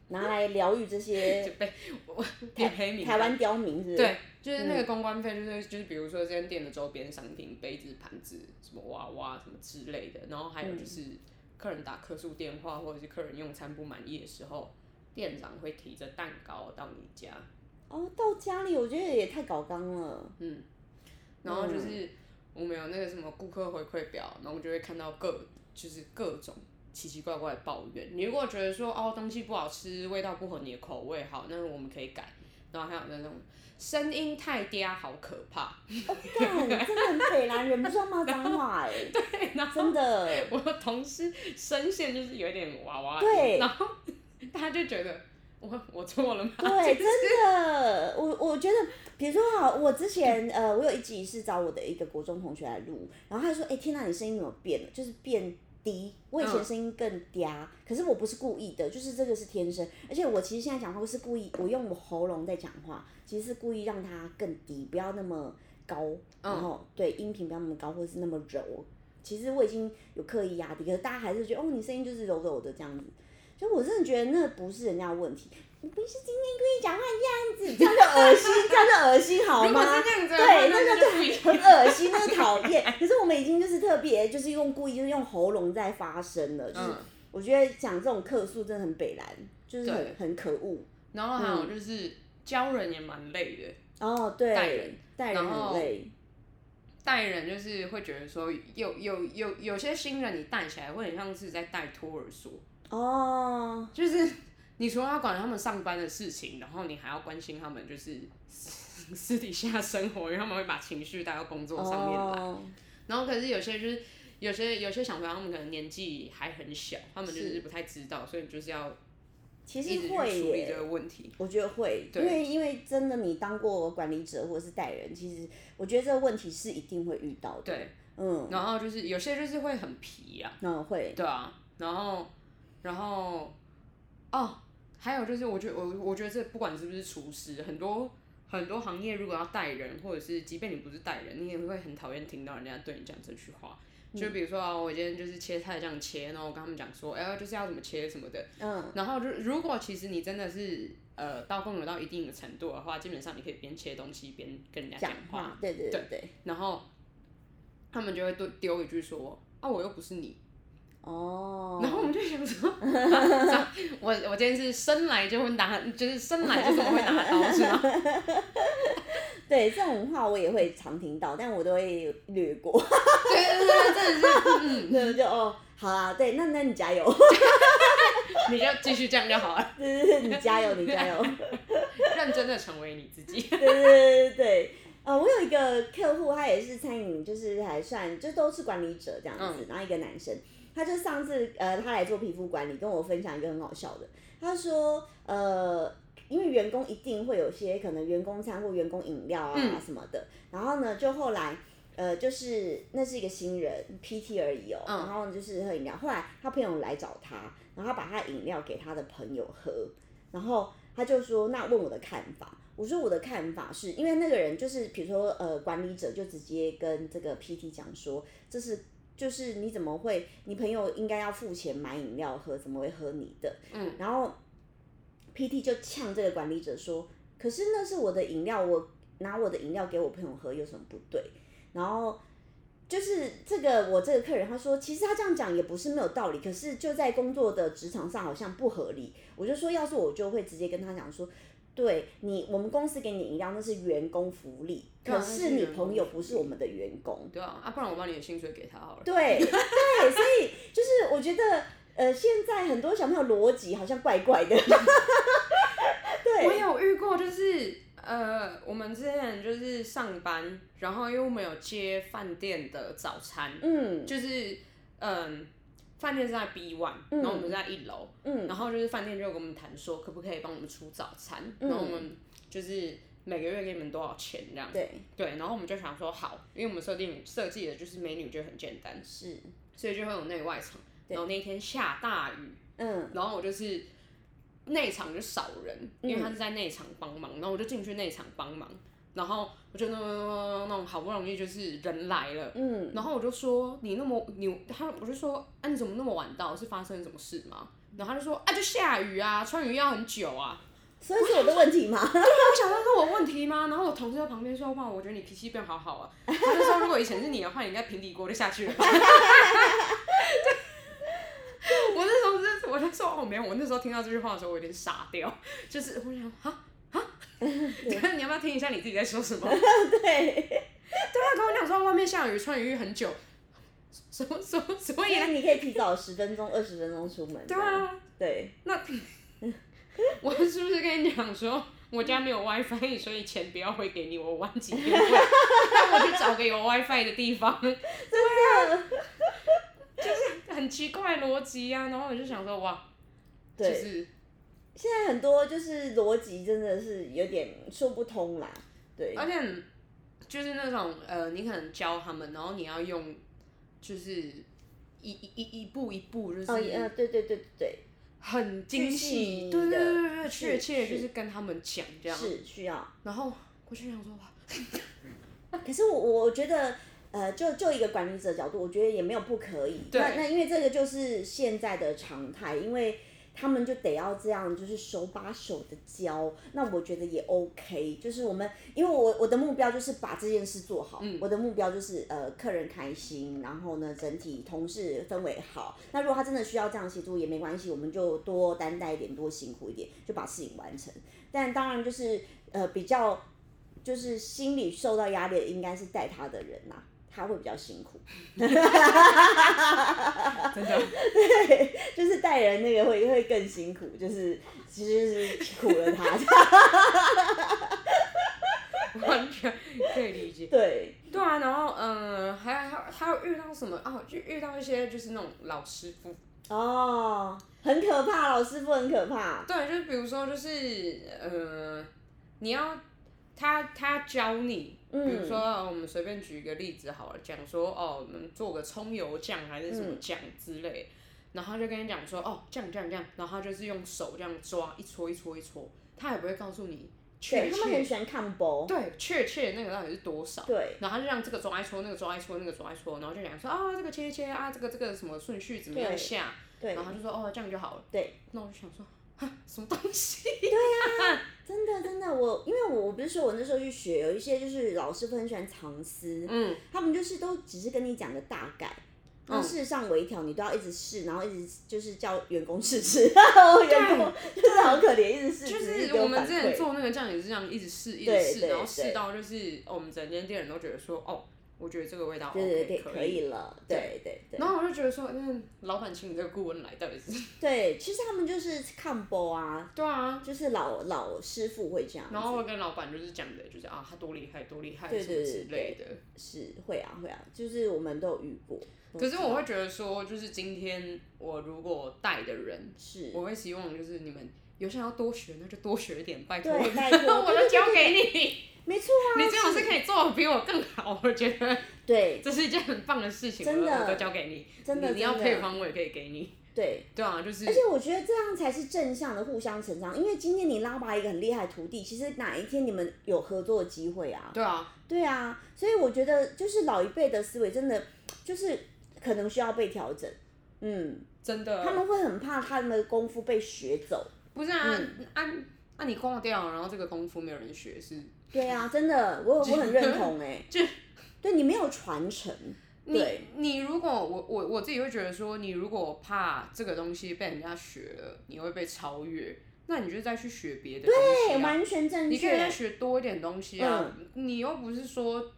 拿来疗愈这些也黑名台湾嗯刁民，是不是？对，就是那个公关费，就是、就是比如说这间店的周边商品、杯子、盘子、什么娃娃什么之类的，然后还嗯有就是客人打客诉电话，或者是客人用餐不满意的时候，店长会提着蛋糕到你家，哦，到家里我觉得也太搞纲了。然嗯后就是我们有那个什么顾客回馈表，然后我就会看到各就是各种。奇奇怪怪的抱怨，你如果觉得说哦东西不好吃，味道不合你的口味，好，那我们可以改。然后还有那种声音太嗲，好可怕， 哦，干，真的很北南人，不知道骂脏话哎、对， 然后真的。我的同事声线就是有点娃娃音，对然后他就觉得我我错了吗？对，真的，我我觉得，比如说哈，我之前呃，我有一集是找我的一个国中同学来录，然后他说，哎、天呐，你声音怎么变了？就是变低，我以嗯前声音更嗲，可是我不是故意的，就是这个是天生，而且我其实现在讲话我是故意，我用我喉咙在讲话，其实是故意让它更低，不要那么高，嗯然后、对音频不要那么高，或是那么柔。其实我已经有刻意压低，可是大家还是觉得哦，你声音就是柔柔的这样子。就我真的觉得那不是人家的问题，你不是今天故意讲话这样子，这样就恶心，这样就恶心好如果吗？是这样子的话，对，那那就个不一对，样很恶心，那个讨厌。可是我们已经就是特别，就是用故意，就是用喉咙在发声了。就是嗯我觉得讲这种客诉真的很北蓝，就是对很很可恶。然后嗯还有就是、教人也蛮累的，哦，对，带人带人然后很累，带人就是会觉得说有有有有些新人你带起来会很像是在带托儿所，哦，就是 你除了要管他们上班的事情，然后你还要关心他们就是私 私底下生活，因为他们会把情绪带到工作上面来。哦，然后可是有些就是有些有些小朋友，他们可能年纪还很小，他们就是不太知道，所以你就是要其一直实去会处理这耶，个问题。我觉得会，因对为因为真的你当过管理者或者是带人，其实我觉得这个问题是一定会遇到的。对，嗯，然后就是有些就是会很皮呀、那会，对啊，然后，然后，哦，还有就是，我觉得我我觉得这不管是不是厨师，很多很多行业如果要带人，或者是即便你不是带人，你也会很讨厌听到人家对你讲这句话。就比如说啊，我今天就是切菜这样切，然后我跟他们讲说，哎、就是要怎么切什么的。嗯，然后就如果其实你真的是呃刀工有到一定的程度的话，基本上你可以边切东西边跟人家讲讲话，话，对对对对，然后他们就会丢丢一句说，啊，我又不是你。哦，然后我们就想说， 啊我我今天是生来就会拿，就是生来就是会拿刀是 吗？对这种话我也会常听到，但我都会略过， 对对对，真的是，嗯，对，就哦，好啦，对，那那你加油， 你就继续这样就好了，对对对，你加油，你加油，认真的成为你自己。对对对对对。呃，我有一个客户，他也是餐饮，就是还算就都是管理者这样子，嗯然后一个男生，他就上次呃他来做皮肤管理，跟我分享一个很好笑的，他说呃。因为员工一定会有些可能员工餐或员工饮料啊嗯什么的，然后呢，就后来呃，就是那是一个新人 PT 而已哦，嗯然后就是喝饮料，后来他朋友来找他，然后他把他的饮料给他的朋友喝，然后他就说：“那问我的看法。”我说：“我的看法是因为那个人就是，比如说呃，管理者就直接跟这个 PT 讲说，这是就是你怎么会，你朋友应该要付钱买饮料喝，怎么会喝你的？嗯，然后 PT 就呛这个管理者说：‘可是那是我的饮料，我拿我的饮料给我朋友喝有什么不对？’然后。”就是这个，我这个客人他说，其实他这样讲也不是没有道理，可是就在工作的职场上好像不合理。我就说，要是我就会直接跟他讲说，对你，我们公司给你饮料那是员工福利，对啊可是你朋友不是那是员工福利我们的员工。 对啊，啊，不然我把你的薪水给他好了。对对，所以就是我觉得，呃，现在很多小朋友逻辑好像怪怪的。 我对，有遇过，就是呃，我们之前就是上班，然后因为我们有接饭店的早餐，嗯就是嗯，饭店是在 B one，然后我们是在一楼，嗯然后就是饭店就有跟我们谈说，可不可以帮我们出早餐，嗯然后我们就是每个月给你们多少钱这样，对，对，然后我们就想说好，因为我们设定设计的就是美女就很简单，是，所以就会有内外场，对然后那一天下大雨，嗯然后我就是内场就少人，嗯因为他是在内场帮忙，然后我就进去内场帮忙，然后我就弄弄弄弄弄弄，好不容易就是人来了。嗯然后我就说你那么你他我就说啊你怎么那么晚到是发生什么事吗？然后他就说啊就下雨啊穿雨衣要很久啊。所以是我的问题嘛？ 他不想要问我问题吗？然后我同事在旁边说哇我觉得你脾气变好好啊。他就说如果以前是你的话你应该平底锅就下去了吧。对我那时候是我就说哦没有，我那时候听到这句话的时候我有点傻掉，就是我想啊啊，对，你要不要听一下你自己在说什么？对，对啊，跟我讲说外面下雨穿雨衣很久，什么什么什么所也以你可以提早十分钟、二十分钟出门。对，啊，对，那我是不是跟你讲说，我家没有 WiFi，所以 钱不要汇给你，我晚几天汇，让我去找个有 WiFi 的地 方，真的，很奇怪的逻辑啊。然后我就想说，哇，就对。是现在很多就是逻辑真的是有点说不通啦，对，而且就是那种呃，你可能教他们，然后你要用就是一一一一步一步，就哦，也呃，是对对对对很精细，具体对对对对的对，是确切是就是跟他们讲对，这样。是需要。然后我就想说，哇，可是我我觉得，呃，就就一个管理者角度，我觉得也没有不可以。对那那因为这个就是现在的常态，因为他们就得要这样，就是手把手的教。那我觉得也 OK，就是我们，因为我我的目标就是把这件事做好。我的目标就是呃，客人开心，然后呢，整体同事氛围好。那如果他真的需要这样协助也没关系，我们就多担待一点，多辛苦一点，就把事情完成。但当然就是呃比较就是心理受到压力的应该是带他的人呐、他会比较辛苦， 真的。 就是带人那个会会更辛苦，就是其实是苦了他。完全可以理解。 对，对啊，然后嗯、呃还还还有遇到什么哦？就遇到一些就是那种老师傅，哦，很可怕，老师傅很可怕。对，就是比如说，就是呃，你要他他教你，嗯比如说、呃我们随便举一个例子好了，讲说哦，我们做个葱油酱还是什嗯么酱之类的，然后他就跟你讲说哦，这样这样这样，然后他就是用手这样抓一搓一搓一搓，他也不会告诉你确对他们切很喜欢看包。对确切那个到底是多少。对，然后他就让这个抓一搓，那个抓一搓，那个抓一搓，然后就讲说啊，这个切一切啊，这个这个什么顺序怎么样对下，对然后他就说哦，这样就好了。对，那我就想说，啊，什么东 西？真的真的，我因为我我不是说我那时候去学，有一些就是老师傅很喜欢藏私，嗯，他们就是都只是跟你讲个大概。那事实上，微调你都要一直试，然后一直就是叫员工试 吃，员工就是好可怜，一直试吃，就一直给是我反们之前馈。做那个酱也是这样，一直试，一直对试，对然后试对到就是、哦我们整间店人都觉得说，哦，我觉得这个味道 OK 对对对，可可以。以了，对对对然后我就觉得说，嗯，老板请你这个顾问来到底是？对，其实他们就是看播啊，对啊。就是老老师傅会这样子，然后我跟老板就是讲的，就是啊，他多厉害，多厉害对什么对之对类的。是会啊会啊，就是我们都有遇过。可是我会觉得说，就是今天我如果带的人，嗯是我会希望就是你们有想要多学，那就多学一点，拜托，对，拜 托，我都交给你，没错啊，你最好是可以做的比我更好，我觉得。对这是一件很棒的事情，真的我我都交给你，真的你你要真的配方我也可以给你，对，对啊，就是而且我觉得这样才是正向的互相成长，因为今天你拉拔一个很厉害的徒弟，其实哪一天你们有合作的机会啊？对啊，对啊，所以我觉得就是老一辈的思维真的就是可能需要被调整，嗯，真他的们会很怕他们的功夫被学走。不是啊，嗯按按、啊你挂掉，然后这个功夫没有人学是，对啊，真的，我我很认同哎、 就对你没有传承，你对你如果我我我自己会觉得说，你如果怕这个东西被人家学了，你会被超越，那你就再去学别的东对，西啊，完全正你可以再确，学多一点东西啊，嗯你又不是说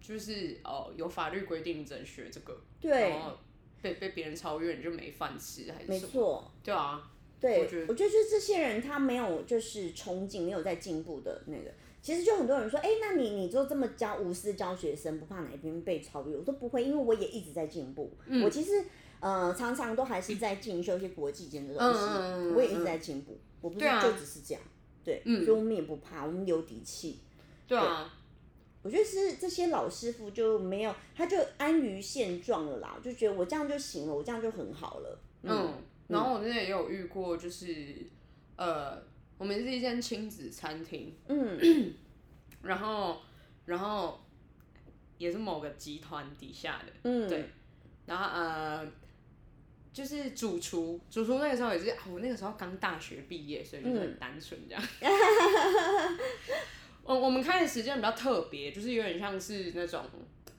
就是哦有法律规定你只能学这个，对然，后被被别人超越你就没饭吃还是没什么？错。对啊，对，我我觉觉得得就是这些人他没有就是冲劲，没有在进步的那个。其实就很多人说，哎、那你你就这么教无私教学生，不怕哪一边被超越？我说不会，因为我也一直在进步。嗯我其实呃常常都还是在进修一些国际间的东西，嗯嗯嗯嗯我也一直在进步。我不是对啊就只是这样，对，嗯所以我们也不怕，我们有底气。对啊，我觉得是这些老师傅就没有，他就安于现状了啦，就觉得我这样就行了，我这样就很好了。嗯，嗯。然后我之前也有遇过，就是呃，我们是一间亲子餐厅，嗯， 然后然后也是某个集团底下的，嗯对，然后呃。就是主厨，主厨那个时候也是，啊我那个时候刚大学毕业，所以嗯就是很单纯这样。 我我们开的时间比较特别，就是有点像是那种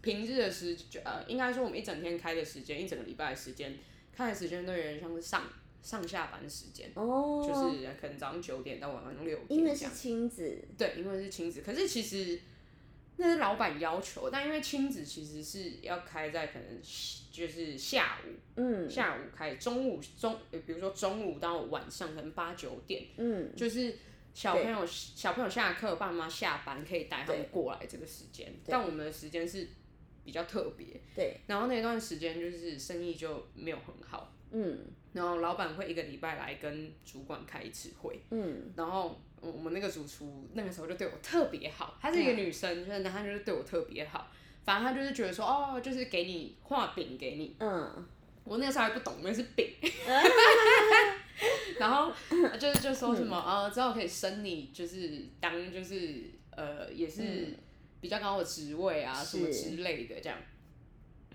平日的时，呃，应该说我们一整天开的时间，一整个礼拜的时间，开的时间都有点像是上上下班时间，哦，就是可能早上九点到晚上六因点为这是样。亲子，对，因为是亲子，可是其实那是老板要求，但因为亲子其实是要开在可能就是下午，嗯下午开，中午中，呃比如说中午到晚上可能八九点，嗯，就是小朋友小朋友下课，爸妈下班可以带他们对过来这个时间，对但我们的时间是比较特别，对，然后那段时间就是生意就没有很好，嗯然后老板会一个礼拜来跟主管开一次会，嗯然后我我们那个主厨那个时候就对我特别好，她是嗯一个女生，就是她就是对我特别好，反正她就是觉得说哦，就是给你画饼给你，嗯，我那时候还不懂那是 饼，然后就是就说什么呃之后可以升你就是当就是呃也是比较高的职位啊什么嗯是之类的这样，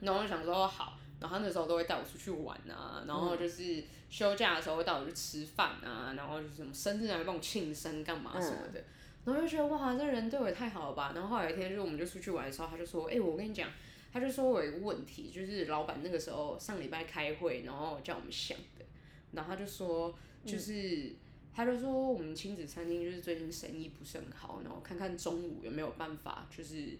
然后我就想说哦好，然后他那时候都会带我出去玩啊，然后就是休假的时候会带我去吃饭啊，然后就是什么生日啊还帮我庆生干嘛什么的。然后就觉得哇，这人对我也太好了吧。然后后来有一天，就是我们就出去玩的时候，他就说：“哎、我跟你讲，他就说我有一个问题，就是老板那个时候上礼拜开会，然后叫我们想的，然后他就说，就是、他就说我们亲子餐厅就是最近生意不是很好，然后看看中午有没有办法就是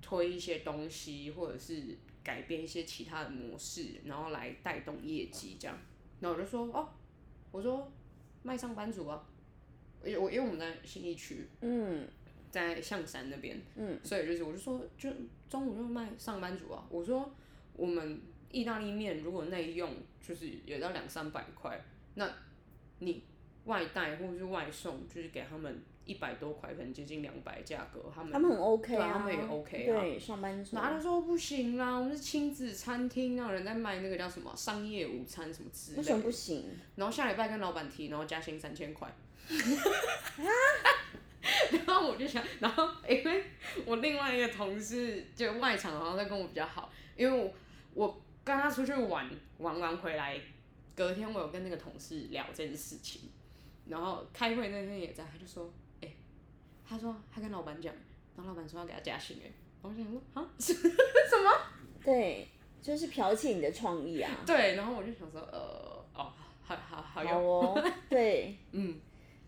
推一些东西，或者是改变一些其他的模式，然后来带动业绩这样。然后我就说哦，我说卖上班族啊，因为我因为我们在信义区，嗯在象山那边，嗯，所以就是我就说，就中午就卖上班族啊。我说我们意大利面如果内用就是也到两三百块，那你外带或者是外送，就是给他们一百多块，可能接近两百价格，他们他们很 OK 对啊啊，他们也 OK 啊对，上班族然后他就说不行啦，我们是亲子餐厅，然后人在卖那个叫什么商业午餐什么之为类什么的。不行？然后下礼拜跟老板提，然后加薪三千块。 然后我就想，然后因为我另外一个同事就外场好像在跟我比较好，因为我我跟他出去玩玩完回来，隔天我有跟那个同事聊这件事情，然后开会那天也在，他就说，哎、他说他跟老板讲，然后老板说要给他加薪哎、然后我就想说啊，对，就是剽窃你的创意啊。对，然后我就想说，呃，哦，好好 好有，好哦， 对，嗯，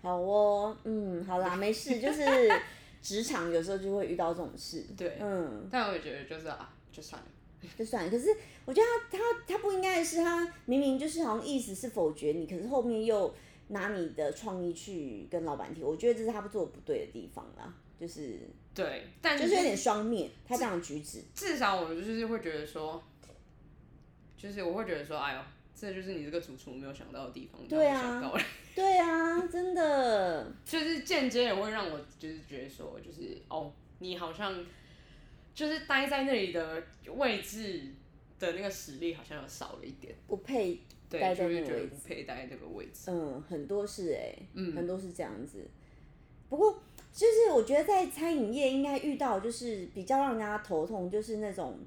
好哦，嗯，好啦，没事，就是 职场有时候就会遇到这种事，对嗯，但我也觉得就是啊，就算了，就算了。可是我觉得他他他不应该的是，他明明就是好像意思是否决你，可是后面又拿你的创意去跟老板提，我觉得这是他做的不对的地方啦，就是对，但就是有点双面，他这样的举止，至少我就是会觉得说，就是我会觉得说，哎呦，这就是你这个主厨没有想到的地方，对啊但我想到了，对啊，真的，就是间接也会让我就是觉得说，就是哦，你好像就是待在那里的位置的那个实力好像有少了一点，不配，对，待在就是那个觉得位不配待那个位置，嗯，很多是哎、嗯很多是这样子。不过，就是我觉得在餐饮业应该遇到就是比较让人家头痛，就是那种，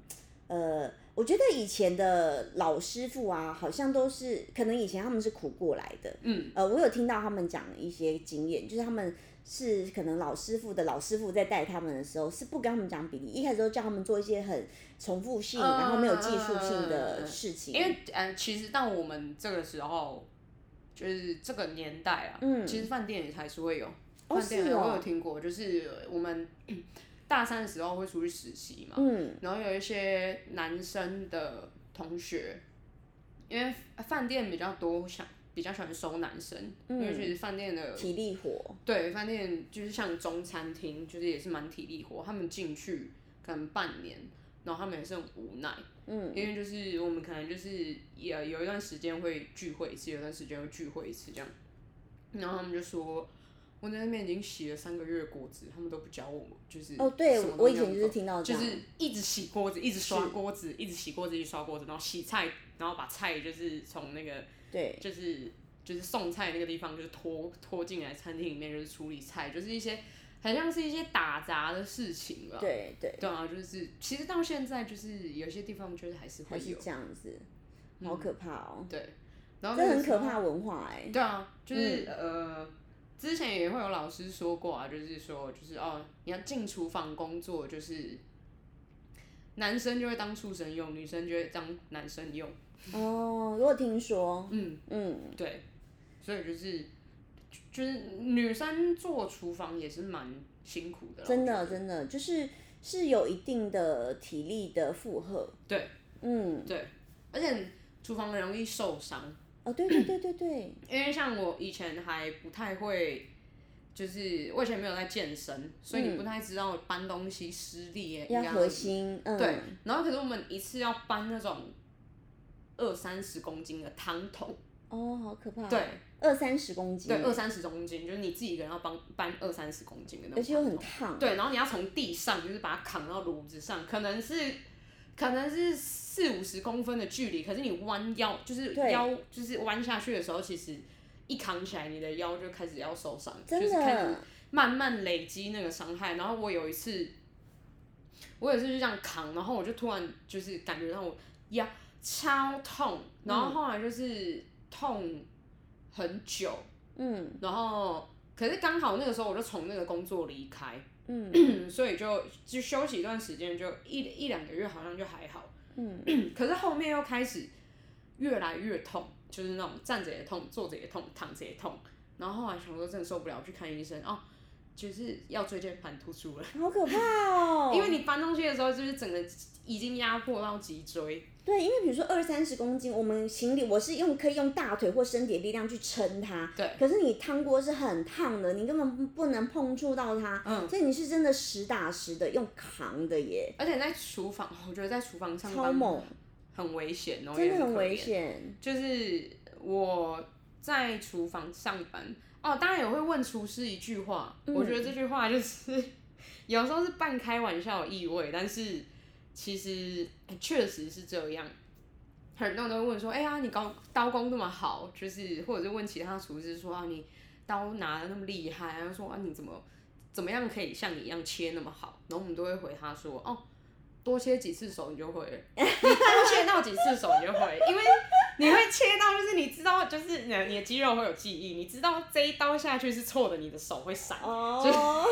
呃，我觉得以前的老师傅啊，好像都是可能以前他们是苦过来的，嗯，呃，我有听到他们讲一些经验，就是他们是可能老师傅的老师傅在带他们的时候，是不跟他们讲比例，一开始都叫他们做一些很重复性，嗯然后没有技术性嗯嗯嗯的嗯事情，因为嗯、呃其实到我们这个时候，就是这个年代啊，嗯其实饭店也还是会有，哦饭店是哦我有听过，就是我们大三的时候会出去实习嘛，嗯，然后有一些男生的同学，因为饭店比较多想。比较喜欢收男生，嗯因为其实饭店的体力活，对饭店就是像中餐厅，就是也是蛮体力活。他们进去可能半年，然后他们也是很无奈，嗯。因为就是我们可能就是也有一段时间会聚会一次，有一段时间会聚会一次这样。然后他们就说，我在那边已经洗了三个月的锅子，他们都不教我，就是哦，对什么，都我以没前有就是做听到这就样，是一直洗锅子，一直刷是锅子，一直洗锅子，一直刷锅子，然后洗菜，然后把菜就是从那个对，就是就是送菜那个地方，就是拖拖进来餐厅里面，就是处理菜，就是一些很像是一些打杂的事情吧。对对，对啊，就是其实到现在，就是有些地方就是还是会还有是这样子，好可怕哦，对，然后这那个很时可候。怕文化 哎，对啊，就是、呃，之前也会有老师说过啊，就是说，就是哦，你要进厨房工作，就是男生就会当畜生用，女生就会当男生用。哦，我有听说，嗯，嗯，对，所以就是就就是女生做厨房也是蛮辛苦的啦，真我的觉得真的就是是有一定的体力的负荷，对，嗯，对，而且厨房很容易受伤。哦，对对对对 对，因为像我以前还不太会，就是我以前没有在健身，所以你不太知道搬东西施力耶，应该嗯要核心，嗯，对。然后可是我们一次要搬那种二三十公斤的汤桶，哦，好可怕，对，二三十公斤对，，二三十公斤，就是你自己一个人要帮搬二三十公斤的那而种且又汤很桶，烫，对，然后你要从地上就是把它扛到炉子上，可能是。可能是四五十公分的距离，可是你弯腰，就是对腰，就是弯下去的时候，其实一扛起来，你的腰就开始要受伤，就真是开始的，慢慢累积那个伤害。然后我有一次，我有一次就这样扛，然后我就突然就是感觉到我腰超痛，然嗯后后来就是痛很久，嗯然后可是刚好那个时候我就从那个工作离开，嗯所以就就休息一段时间，就一一两个月好像就还好。嗯， 可是后面又开始越来越痛，就是那种站着也痛，坐着也痛，躺着也痛。然后后来想说真的受不了，去看医生哦，就是腰椎间盘突出了，好可怕哦，因为你搬东西的时候就是整个已经压迫到脊椎，对，因为比如说二三十公斤，我们行李我是用可以用大腿或身体的力量去撑它，对。可是你汤锅是很烫的，你根本不能碰触到它，嗯，所以你是真的实打实的用扛的耶，而且在厨房，我觉得在厨房上超班猛，很危险哦，真的也很可危怜。 险。就是我在厨房上班哦，当然也会问厨师一句话，我觉得这句话就是 有时候是半开玩笑的意味，但是其实哎确实是这样。很多人都会问说：“哎、呀，你刀刀工那么好，就是或者是问其他厨师说啊，你刀拿的那么厉害，然后说啊，你怎么怎么样可以像你一样切那么好？”然后我们都会回他说：“哦，多切几次手你就会了，你多切到几次手你就会了，因为你会切到，就是你知道，就是你的你的肌肉会有记忆，你知道这一刀下去是错的，你的手会闪。哦，就 是 好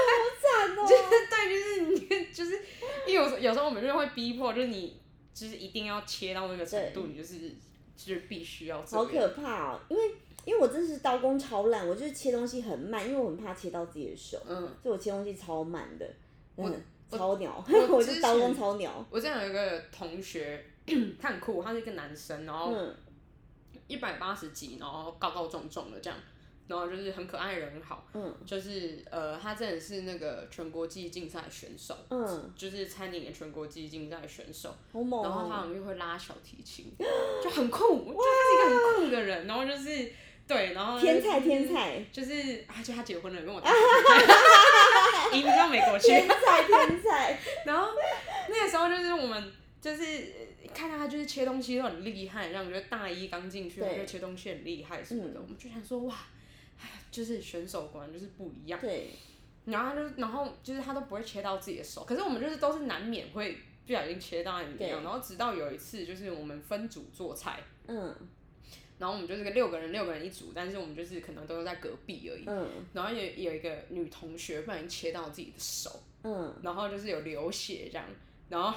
惨哦！对，就是你就是，因为有时候有时候我们就会逼迫，就是你就是一定要切到那个程度，你就是就是必须要这好样。可怕哦！因为因为我真是刀工超烂，我就是切东西很慢，因为我很怕切到自己的手，嗯，所以我切东西超慢的，嗯，我超鸟，我我之是刀工前超鸟，我之前有一个同学， 他很酷，他是一个男生，然后嗯一百八十几，然后高高壮壮的这样，然后就是很可爱，人很好，嗯就是呃，他真的是那个全国记忆竞赛选手，嗯，就是餐饮的全国记忆竞赛选手。好猛然后他哦！好像又会拉小 提琴，就很酷，就他是一个很酷的人。然后就是哦对，然后天菜天， 菜就是而且他结婚了， 跟我 移民到美国去。天菜天 菜，然后那个时候就是我们就是看到他就是切东西都很厉害，然后我觉得大一刚进去，他对就切东西很厉害什么嗯的，我们就想说哇，哎呀就是选手果然就是不一样。对，然后他就，然后就是他都不会切到自己的手，可是我们就是都是难免会不小心切到一对样。然后直到有一次，就是我们分组做菜，嗯然后我们就是个六个人，六个人一组，但是我们就是可能都是在隔壁而已。嗯然后有有一个女同学不小心切到自己的手，嗯，然后就是有流血这样，然后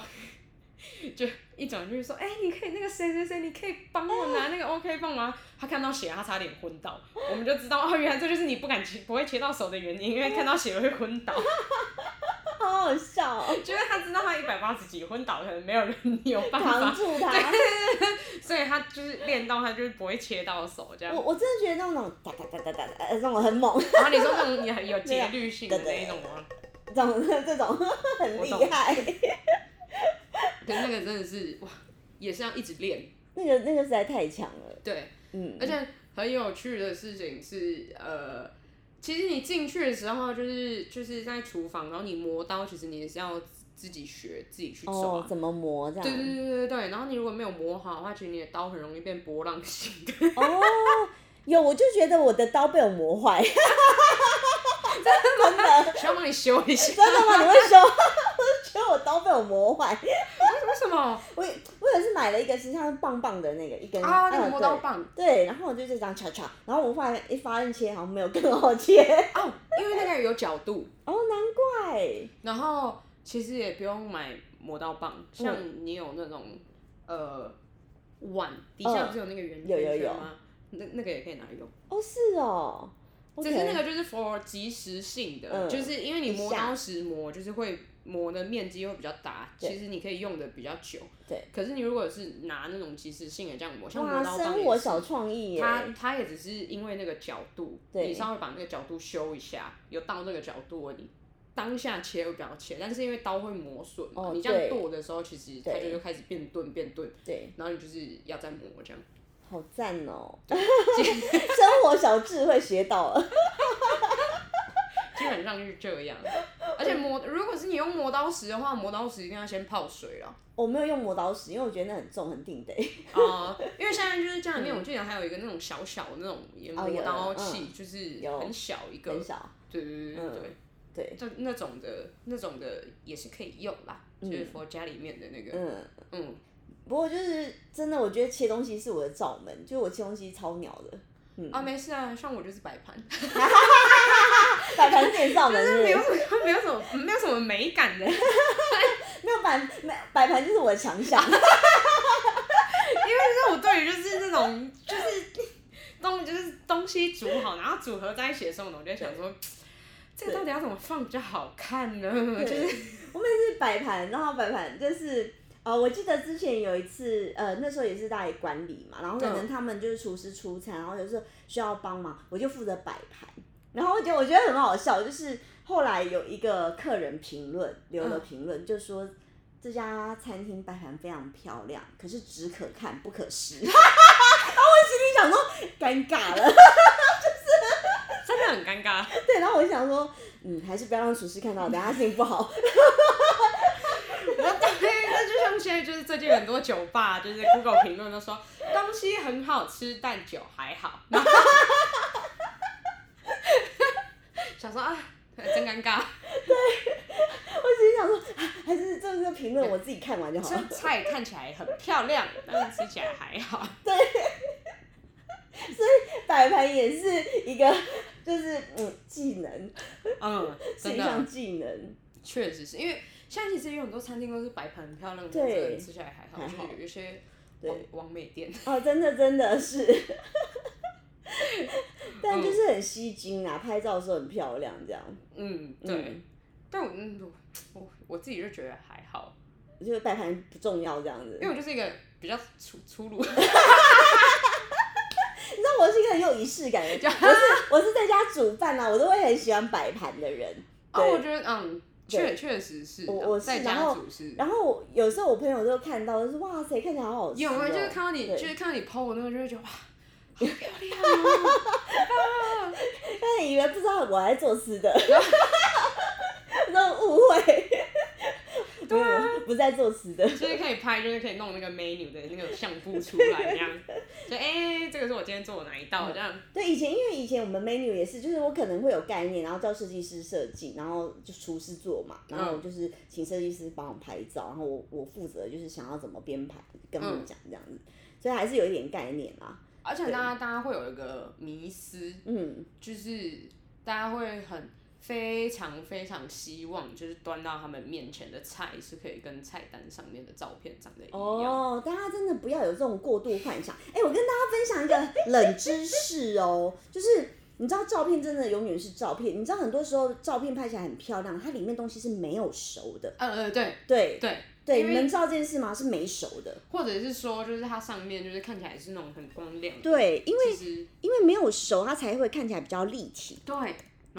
就一转去说：“哎、你可以那个谁谁谁，你可以帮我拿那个 OK 棒吗？”他看到血，他差点昏倒，我们就知道哦，原来这就是你不敢切、不会切到手的原因，因为看到血会昏 倒。好好笑哦，就是他知道他一百八十几昏倒，可能没有人有 办扛法， 住他。所以他就是练到他就是不会切到手这样我。我真的觉得那种哒哒哒哒哒，呃，那种很猛，哦然后你说那种你很 有节律性的那一种吗？这种这 种很我厉懂害。可是那个真的是哇，也是要一直练。那个那个实在太强了，对，嗯，而且很有趣的事情是，呃，其实你进去的时候就是就是在厨房，然后你磨刀，其实你也是要自己学自己去抓。哦，怎么磨这对对样？对对对对，然后你如果没有磨好的话，其实你的刀很容易变波浪形的。 哦，有，我就觉得我的刀被我磨坏， 真的，需要帮你修一下。真的吗？你会说？ 我就觉得我刀被我磨坏， 为什么？我我有一次买了一个是像棒棒的那个一根啊，那个嗯磨刀棒对对，然后我就这样叉叉，然后我发现一发现切好像没有更好切，哦，因为那个有角度， 哦，难怪，然后其实也不用买磨刀棒，像嗯你有那种呃碗底下不是有那个圆嗯有有圈有吗？那那个也可以拿来用，哦，是哦只，OK，是那个就是 for 即时性的，嗯就是因为你磨一下刀石磨，就是会磨的面积会比较大，对其实你可以用的比较久。对，可是你如果是拿那种即时性的这样磨，像磨哇，刀棒生也活是，小创意耶，它它也只是因为那个角度，对你稍微把那个角度修一下，有到那个角度了，你当下切会比较切，但是因为刀会磨损嘛，哦你这样对剁的时候，其实它就对又开始变钝变钝，对。然后你就是要再磨这样。好赞 哦！ 生活小智慧学到了， 基本上就是这样，而且磨，如果是你用磨刀石的话，磨刀石一定要先泡水 了。我没有用磨刀石，因为我觉得那很重很定的。啊、因为现在就是家里面，我记得还有一个那种小小的那种也嗯哦有磨有刀嗯器，就是有很小一个很，嗯少。对对对对对。啊对，就那种的，那种的也是可以用啦，就是佛家里面的那个，嗯，嗯，不过就是真的，我觉得切东西是我的罩门，就是我切东西超鸟的，啊，没事啊，像我就是摆盘，摆盘是你 罩门是不没是有什么，没有什么，没有什么美感的，没有摆没摆盘就是我的强 项。但是我对于就是那种就是东就是东西煮好，然后组合在一起的时候呢，我就在想说，这个到底要怎么放比较好看呢？就是 我每次摆盘，然后摆盘就是。呃，我记得之前有一次，呃，那时候也是在管理嘛，然后可能他们就是厨师出餐，然后有时候需要帮忙，我就负责摆盘。然后我觉得我觉得很好笑，就是后来有一个客人评论留了评论，就说这家餐厅摆盘非常漂亮，可是只可看不可食。 然后我心里想说，尴尬了。 真的很尴尬。 对，然后我就想说，嗯，还是不要让厨师看到，等下心情不好。对，那就像现在就是最近很多酒吧，就是 Google 评论都说东西很好吃，但酒还好。然后想说啊，真尴尬，我心里想说，啊还是这个评论我自己看完就好这了。菜看起来很漂亮，但吃起来还好。摆盘也是一个，就是嗯技能，嗯，是真一的项，技能。确实是因为现在其实有很多餐厅都是摆盘很漂亮，对但真的吃起来还好，还就好是有一些对王王美店。哦，真的真的 是，但就是很吸睛啊，拍照的时候很漂亮，这样。嗯，对。嗯但我嗯我我我自己就觉得还好，我觉得摆盘不重要这样子因。为我就是一个比较粗粗鲁。你知道我是一个很有仪式 感的人，我是我是在家煮饭啊，我都会很喜欢摆盘的人。哦，对我觉得嗯，确确实是，我我是在然家后煮是。然后我有时候我朋友就看到，就是哇塞，看起来好好吃、有哦。啊，就是看到你，对就是看到你 PO 我那个，就会 觉得哇，好漂亮哦！ 他以为不知道我来做吃 的，那种误会。对啊，不在做吃的。就是可以拍，就是可以弄那个 menu 的那个相簿出来，这样，就哎、这个是我今天做的哪一道，这样，对，以前因为以前我们 menu 也是，就是我可能会有概念，然后叫设计师设计，然后就厨师做嘛，然后我就是请设计师帮我拍照，然后我我负责就是想要怎么编排，跟他们讲这样子，所以还是有一点概念啦。而且大家大家会有一个迷思，嗯，就是大家会很非常非常希望，就是端到他们面前的菜是可以跟菜单上面的照片长得一样。哦，大家真的不要有这种过度幻想。哎、我跟大家分享一个冷知识哦， 就是你知道照片真的永远是照片，你知道很多时候照片拍起来很漂亮，它里面东西是没有熟的。呃呃，对对对，对，因你为们知道这件事吗？是没熟的。或者是说，就是它上面就是看起来是那种很光亮的，对，因为其实因为没有熟，它才会看起来比较立体，对，然后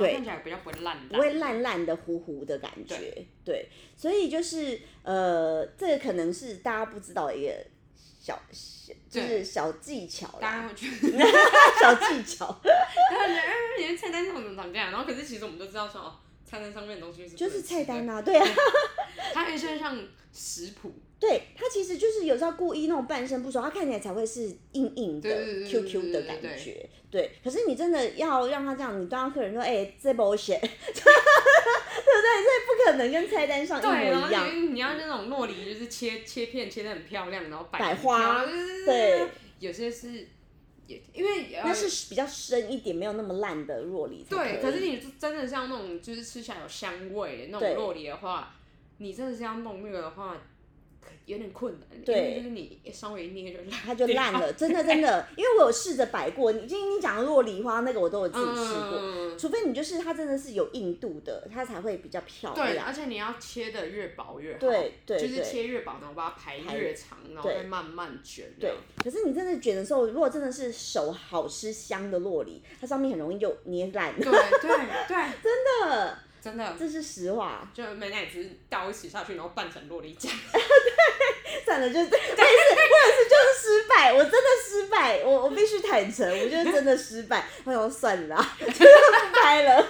对看起来比较不会烂，不会烂烂的、糊糊的感觉。对，所以就是呃，这个可能是大家不知道的一个小，小就是小技巧大啦，家会觉得， 小技巧。大家会觉得，哎、你的菜单上怎么长这样？然后可是其实我们都知道说，哦，菜单上面的东西是就就是菜单，啊，对啊， 它有一些像食谱，对，它其实就是有时候故意弄半生不熟，它看起来才会是硬硬的对对对、对 QQ 的对对感对觉。对，可是你真的要让它这样，你端到客人说，哎、这 bullshit，对不对？ 这不可能跟菜单上一对，然模一样后。你你要那种洛梨，就是切切片切的很漂亮，然后摆摆很漂花亮就是对，有些是也因为呃那是比较深一点，没有那么烂的弱梨才对，以可是你真的像那种就是吃起来有香味那种对洛梨的话，你真的是要弄那个的话。可有点困难，对因为就是你一稍微捏就烂掉，它就烂 了，真的真的，因为我有试着摆过，你今天你讲的洛梨花那个我都有自己试过，嗯，除非你就是它真的是有硬度的，它才会比较漂对，亮。而且你要切的越薄越好，对对就是对切越薄，然后把它排越长，然后对再慢慢卷，对，，可是你真的卷的时候，如果真的是手好吃香的洛梨，它上面很容易就捏烂，对对对，真的，真的 这是实话。就美乃滋倒一起下去，然后拌成洛梨酱，算了，就是 我也是，我也是就是失败，我真的失败，我我必须坦诚，我就是真的失败。哎呦，算了啦， 真的不拍了，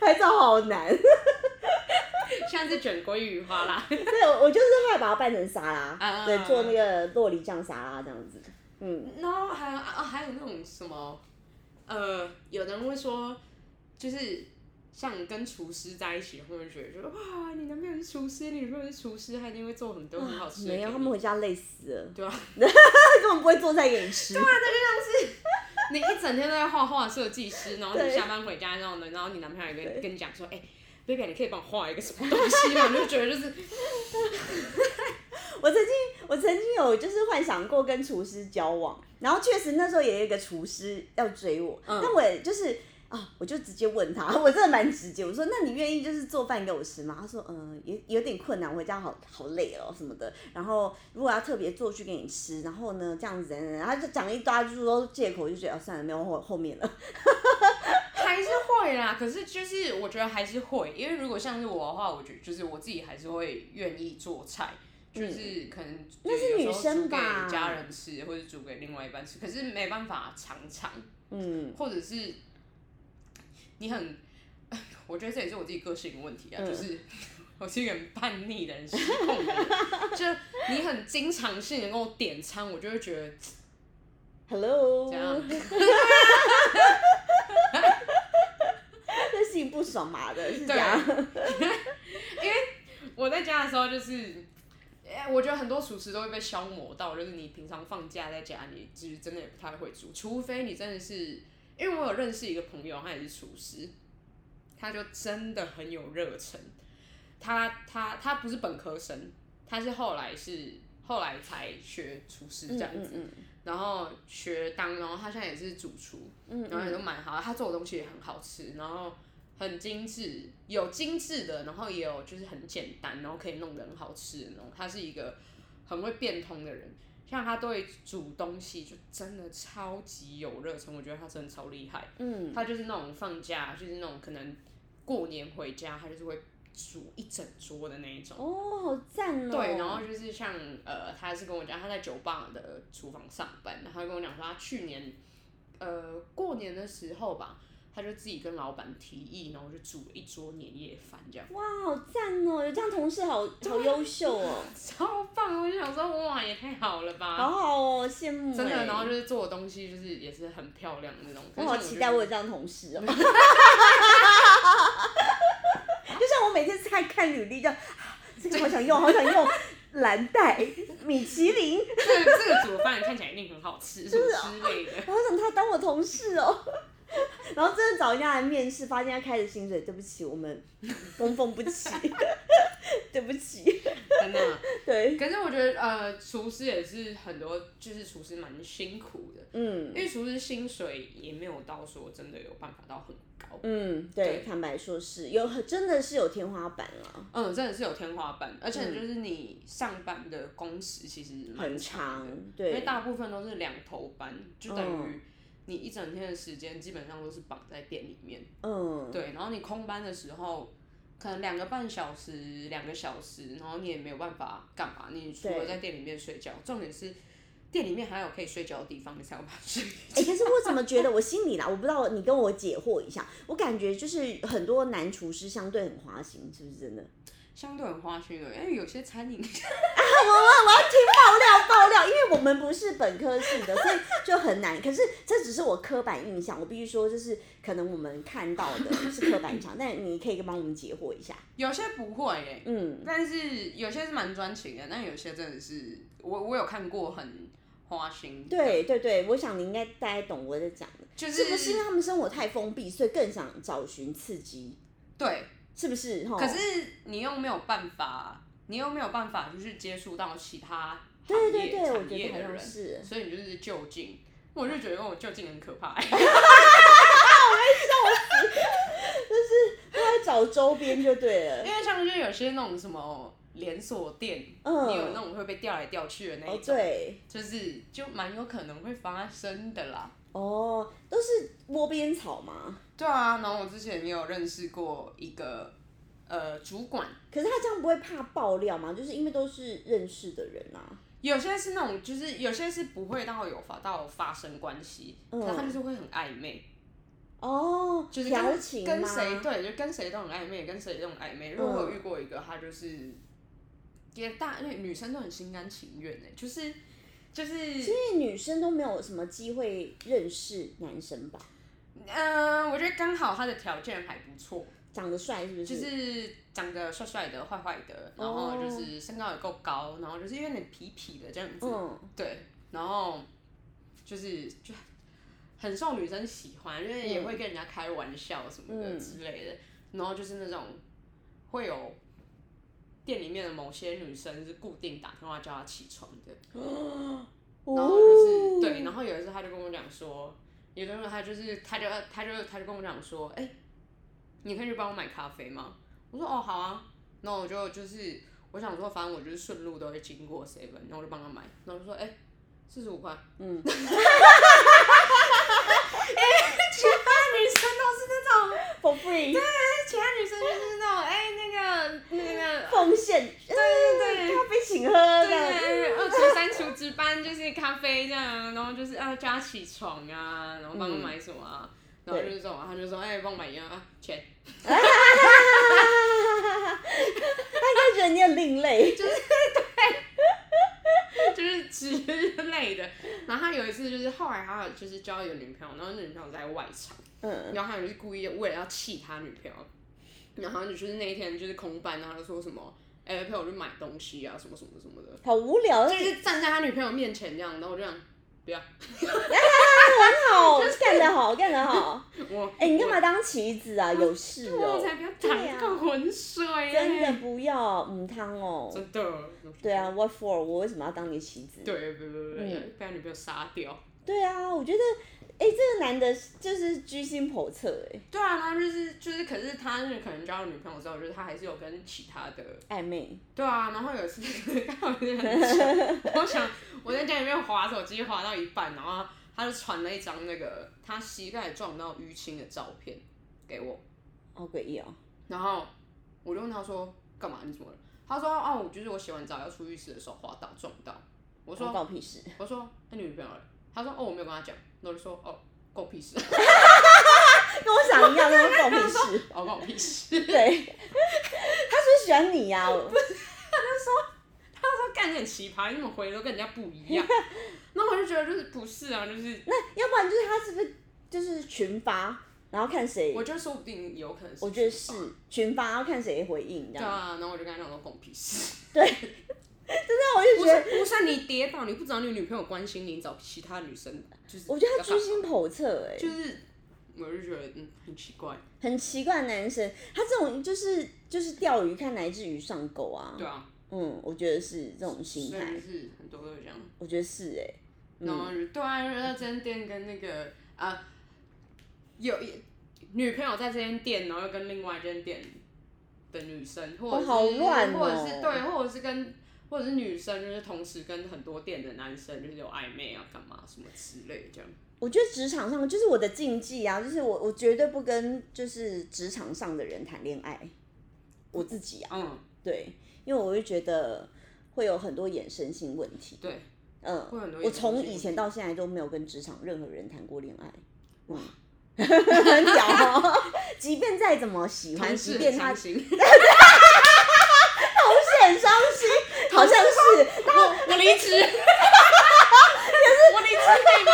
拍照好难。 现在是卷鲑鱼花啦。对，我我就是后来把它拌成沙拉，啊对，做那个洛梨酱沙拉这样子。嗯， 然后还有啊，还有那种什么，呃，有的人会说，就是像跟厨师在一起，会不会觉得说，哇，你男朋友是厨师，你女朋友是厨师，他一定会做很多嗯很好吃的给没你。有，他们回家累死了，对啊，啊他 根本不会做菜给你 吃。你一整天都在画画设计师，然后你对下班回家之后呢，然后你男朋友也跟跟你讲说，哎、baby，你可以帮我画一个什么东西吗？你就觉得就是我曾经我曾经有就是幻想过跟厨师交往，然后确实那时候也有一个厨师要追我，嗯但我也就是。啊、我就直接问他，我真的蛮直接。我说：“那你愿意就是做饭给我吃吗？”他说：“嗯、也有点困难，我回家好好累哦什么的。然后如果要特别做去给你吃，然后呢这样子等等，然后他就讲一大堆就是说借口，我就觉得、啊、算了，没有后后面了。还还是会啦，可是就是我觉得还是会，因为如果像是我的话，我觉得就是我自己还是会愿意做菜，就是可能嗯那是有时女候生煮给吧家人吃，或者煮给另外一半吃，可是没办法常常，嗯，或者是你很， 我觉得这也是我自己个性问题啊，嗯就是 我是一个很叛逆的人，失控的人，就你很经常性能够点餐，我就会觉得 Hello，怎样 对事情不爽嘛的，是这样。 我在家的时候就是，哎、我觉得很多厨师都会被消磨到，就是你平常放假在家，你其实真的也不太会煮，除非你真的是，因为我有认识一个朋友，他也是厨师，他就真的很有热忱。他他他不是本科生，他是后来是后来才学厨师这样子，嗯然后学当，然后他现在也是主厨，嗯然后也都蛮好的，他做的东西也很好吃，然后很精致，有精致的，然后也有就是很简单，然后可以弄得很好吃的那种。他是一个很会变通的人，像他对煮东西就真的超级有热忱，我觉得他真的超厉害。嗯他就是那种放假，就是那种可能过年回家，他就是会煮一整桌的那一种。哦，好赞哦。对，然后就是像呃，他是跟我讲他在酒吧的厨房上班，然后他跟我讲说他去年呃过年的时候吧，他就自己跟老板提议，然后就煮了一桌年夜饭这样，哇，好赞哦，有这样同事好啊好优秀哦， 超棒！我就想说哇，也太好了吧，好好哦，羡慕哎。真的。然后就是做的东西就是也是很漂亮那种，可我是好像期就待是我有这样的同事哦。就像我每天在看履历，这样、 啊这个好想用，好想用， 蓝带、米其林，这个这个煮饭看起来一定很好 吃，什哦么之类的。我好想他当我同事哦。 然后真的找人家来面试，发现他开的薪水，对不起，我们供奉不起， 对不起， 真的。 对，可是我觉得呃，厨师也是很多，就是厨师蛮辛苦的。嗯因为厨师薪水也没有到说真的有办法到很高，嗯，对，对坦白说是有，真的是有天花板啦，嗯，真的是有天花板，而且就是你上班的工时其实嗯蛮很长长的，，因为对，嗯大部分都是两头班，就等于你一整天的时间基本上都是绑在店里面，嗯，对，然后你空班的时候。可能两个半小时、两个小时，然后你也没有办法干嘛，你除了对在店里面睡觉，重点是店里面还有可以睡觉的地方，你才有办法睡。哎、可是我怎么觉得我心里啦，我不知道你跟我解惑一下，我感觉就是很多男厨师相对很花心，是不是真的？相对很花心的，因为有些餐饮 爆料爆料，因为我们不是本科系的，所以就很难。可是这只是我刻板印象，我必须说，就是可能我们看到的是刻板印象，但你可以帮我们解惑一下。有些不会耶、嗯但是有些是蛮专情的，但有些真的是我我有看过很花心，对，对对，我想你应该大概懂我在讲的，就是不是因为他们生活太封闭，所以更想找寻刺激？对，是不是？哈，可是你又没有办法，你又没有办法就是接触到其他行对业对对，我产觉得业好的像人，是。所以你就是就近，我就觉得哦我就近很可怕、 都在找周边就对了。因为像是有些那种什么连锁店，嗯你有那种会被调来调去的那哦一，种，对，就是就蛮有可能会发生的啦。哦，都是窝边草嘛。对啊，然后我之前也有认识过一个呃主管，可是他这样不会怕爆料吗？就是因为都是认识的人啊。有些是那种就是有些是不会到有发到发生关系，嗯可他就是会很暧昧，哦，就是调跟情跟吗谁对，就跟谁都很暧昧，跟谁都很暧昧。然后我有遇过一个，他就是也大，因为女生都很心甘情愿哎、就是就是因为女生都没有什么机会认识男生吧？嗯、呃我觉得刚好他的条件还不错，长得帅是不是？就是长得帅帅的、坏坏的，然后哦就是身高也够高，然后就是有点痞痞的这样子，嗯，对，然后就是就很受女生喜欢，因为也会跟人家开玩笑什么的嗯之类的，然后就是那种会有店里面的某些女生是固定打电话叫她起床的， 然后就是、哦对，然后有一次他就跟我讲说，有的时候他就是他就他就他就跟我讲说，哎、你可以去帮我买咖啡吗？我说哦好啊，然后我就就是我想说，反正我就是顺路都会经过 seven，然后我就帮他买，然后就说哎。四十五块， 嗯，哎、其他女生都是那 for free 其他女生就是那种哎、那个那个奉献，对对对咖啡请喝对这样子。对，二除三除值班就是咖啡这样，然后就是啊叫他起床啊，然后嗯帮他买什么啊，然后就是这种，他就说哎帮我买一样啊钱， 他应该觉得你很另类，就是就是之类的。然后他有一次就是后来他就是交一个女朋友，然后那女朋友在外场，嗯，然后他就是故意为了要气他女朋友，然后就是那一天就是空班，啊然后他就说什么哎、陪我去买东西啊什么什么什么的，好无聊，就但是是站在他女朋友面前这样，然后我就想不要好干得好，干得好。 我哎，你干嘛当棋子啊？有事我才哦，不要淌这个浑水、欸真的不要母汤哦。真的。对啊，What for？我为什么要当你棋子？对，不不不，被他女朋友杀掉。对啊，我觉得，哎、这个男的就是居心叵测、哎对啊，他就是就是，可是他是可能交了女朋友之后，就是他还是有跟其他的。哎，暧昧。对啊，然后有一次， 我有点很糗我想我在家里面划手机划到一半，然后他就传了一张那个他膝盖撞到淤青的照片给我，好诡异哦！然后我就问他说干嘛？你怎么了？他说哦，我就是我洗完澡要出浴室的时候滑倒撞到。我说关我屁事，我说那、你女朋友嘞？他说哦，我没有跟他讲。那我就说哦，关我屁事，跟我想 一样，那关我屁事。哦，关我屁事。对， 他是不是喜欢你呀、我他说干你很奇葩，你怎么回的都跟人家不一 样？那我就觉得就是不是啊，就是那要不然就是他是不是就是群发，然后看谁？我觉得说不定有可能是，我觉得是。群发，然后看谁回应这对样。啊，然后我就跟他讲说关我屁 事。那我就不觉是得，不是你跌倒，你不找你女朋友关心你，你找其他女生就是。我觉得他居心叵测、哎，就是，我就觉得嗯很奇怪，很奇怪的男生，他这种就是就是钓鱼看哪一只鱼上钩啊。对啊，嗯，我觉得是这种心所以态就，是很多都是这样。我觉得是哎、然后就对啊，就是在这间店跟那个啊，有女朋友在这间店，然后又跟另外一间店的女生，或者是、好乱哦或者是对，或者是跟或者是女生，就是同时跟很多店的男生就是有暧昧啊，干嘛什么之类的这样。我觉得职场上就是我的禁忌啊，就是我我绝对不跟就是职场上的人谈恋爱，我自己啊，嗯，对，因为我会觉得会有很多衍生性问题。对，嗯，会有很多衍我生性问从题以前到现在都没有跟职场任何人谈过恋爱， 哇，很屌、哦， 即便再怎么喜欢，同即事便很他伤 心。是很伤心，好像是，我我离职， 我离职可以吗？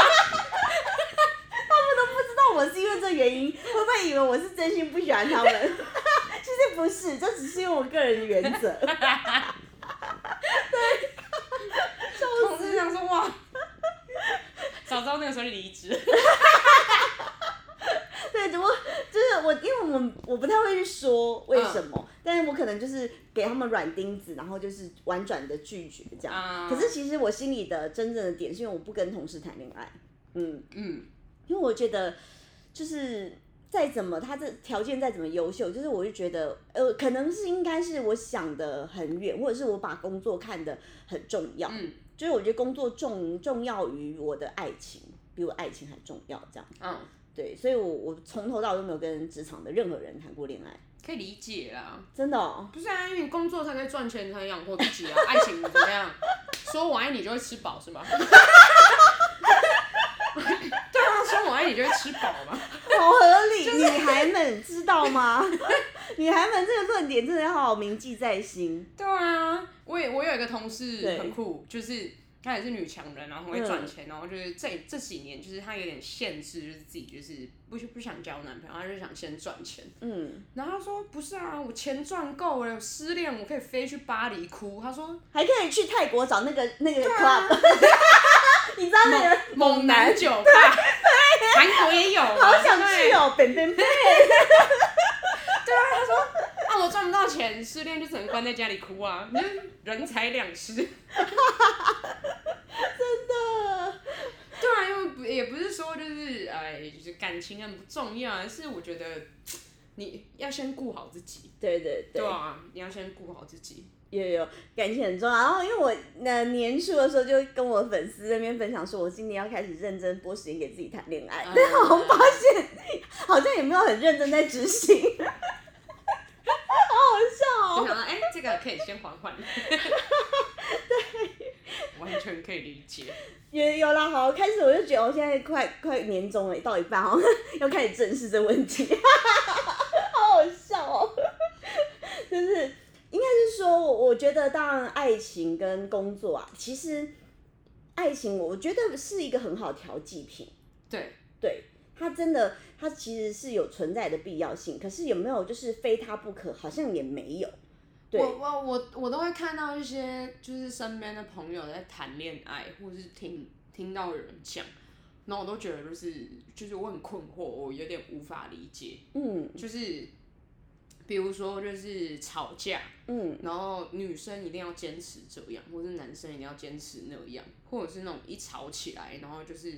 那我是因为这原因，会不会以为我是真心不喜欢他们？ 其实不是，这只是因为我个人的原 则。同事想说哇，早知道那个时候就离职。对，只不过就是我，因为我们我不太会去说为什么，嗯但是我可能就是给他们软钉子，然后就是婉转的拒绝这样。啊可是其实我心里的真正的点是因为我不跟同事谈恋爱，嗯，嗯，因为我觉得就是再怎么他这条件再怎么优秀，就是我就觉得呃，可能是应该是我想的很远，或者是我把工作看得很重要，嗯，就是我觉得工作重重要于我的爱情，比我爱情还重要这样。嗯，对，所以我我从头到尾都没有跟职场的任何人谈过恋爱，可以理解啦。真的、哦。不是啊，因为你工作才可以赚钱，才能养活自 己啊。爱情怎么样？说我爱你就会吃饱是吗？ 对啊，说我爱你就会吃饱嘛。好合 理，女孩们知道吗？ 女孩们这个论点真的要好好铭记在心。对啊，我也我有一个同对事很酷，就是她也是女强人，然后很会赚钱，然后就是这这几年就是她有点限制，就是自己就是不不想交男朋友，她就想先赚钱。嗯，然后她说不是啊，我钱赚够了，失恋我可以飞去巴黎哭。她说还可以去泰国找那个那个 club，、你知道那个猛男酒吧，韩国也有嘛，好想对不对去哦，本本本。 啊，我赚不到钱，失恋就只能关在家里哭啊， 你就是人财 两失。真的。对啊，因为不也不是说就是哎，就是感情很不重要，而是我觉得你要先顾好自己。对对对，对啊，你要先顾好自己。有有感情很重要。然后因为我那年初的时候就跟我粉丝那边分享说，我今年要开始认真拨时间给自己谈恋爱，嗯但是哎我发现 好像也没有很认真在执行。就想到哎、这个可以先缓 缓。对，完全可以理解。有有啦，好，开始我就觉得我现在快快年终了，到一半哦， 要开始正视这问题， 好好笑哦， 就是应该是说，我我觉得当然爱情跟工作啊，其实爱情我觉得是一个很好调剂品，对，对它真的它其实是有存在的必要性，可是有没有就是非它不可，好像也没有，对我我我我都会看到一些就是身边的朋友在谈恋爱，或者是听听到有人讲，然后我都觉得就是就是我很困惑，我有点无法理解，嗯就是。比如说，就是吵架，嗯然后女生一定要坚持这样，或是男生一定要坚持那样，或者是那种一吵起来，然后就是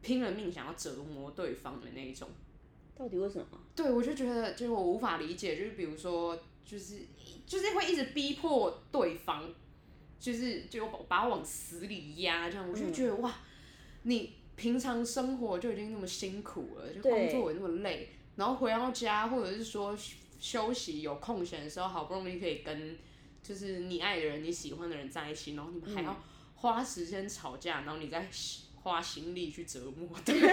拼了命想要折磨对方的那一种。到底为什么？对，我就觉得就是我无法理解，就是比如说，就是就是会一直逼迫对方，就是就把把我往死里压，这样我就觉得、哇，你平常生活就已经那么辛苦了，就工对作也那么累，然后回到家或者是说休休息有空闲的时候，好不容易可以跟就是你爱的人、你喜欢的人在一起，然后你们还要花时间吵架，然后你再花心力去折磨 对方，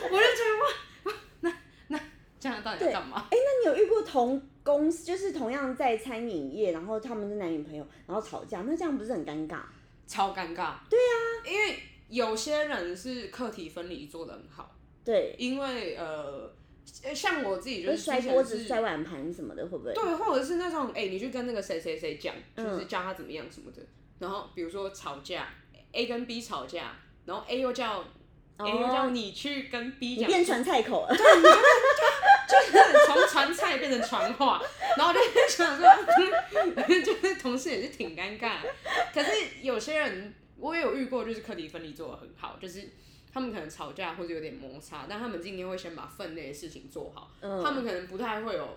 我就觉得哇，那那这样到底在干嘛？哎那你有遇过同公司，就是同样在餐饮业，然后他们是男女朋友，然后吵架，那这样不是很尴尬？超尴尬。对啊，因为有些人是课题分离做得很好，对，因为呃，呃像我自己就就是是摔之前锅子、是摔碗盘什么的，会不会？对，或者是那种哎、你去跟那个谁谁谁讲，就是嗯教他怎么样什么的。然后比如说吵架，A 跟 B 吵架，然后 A 又叫 A 又叫哦，你去跟 B 你讲，变成菜口了，就是从传菜变成传话，然后我就想说，嗯 就是同事也是挺尴尬。可是有些人我也有遇过，就是课题分离做的很好，就是他们可能吵架或者有点摩擦，但他们今天会先把分内的事情做好，嗯他们可能不太会有。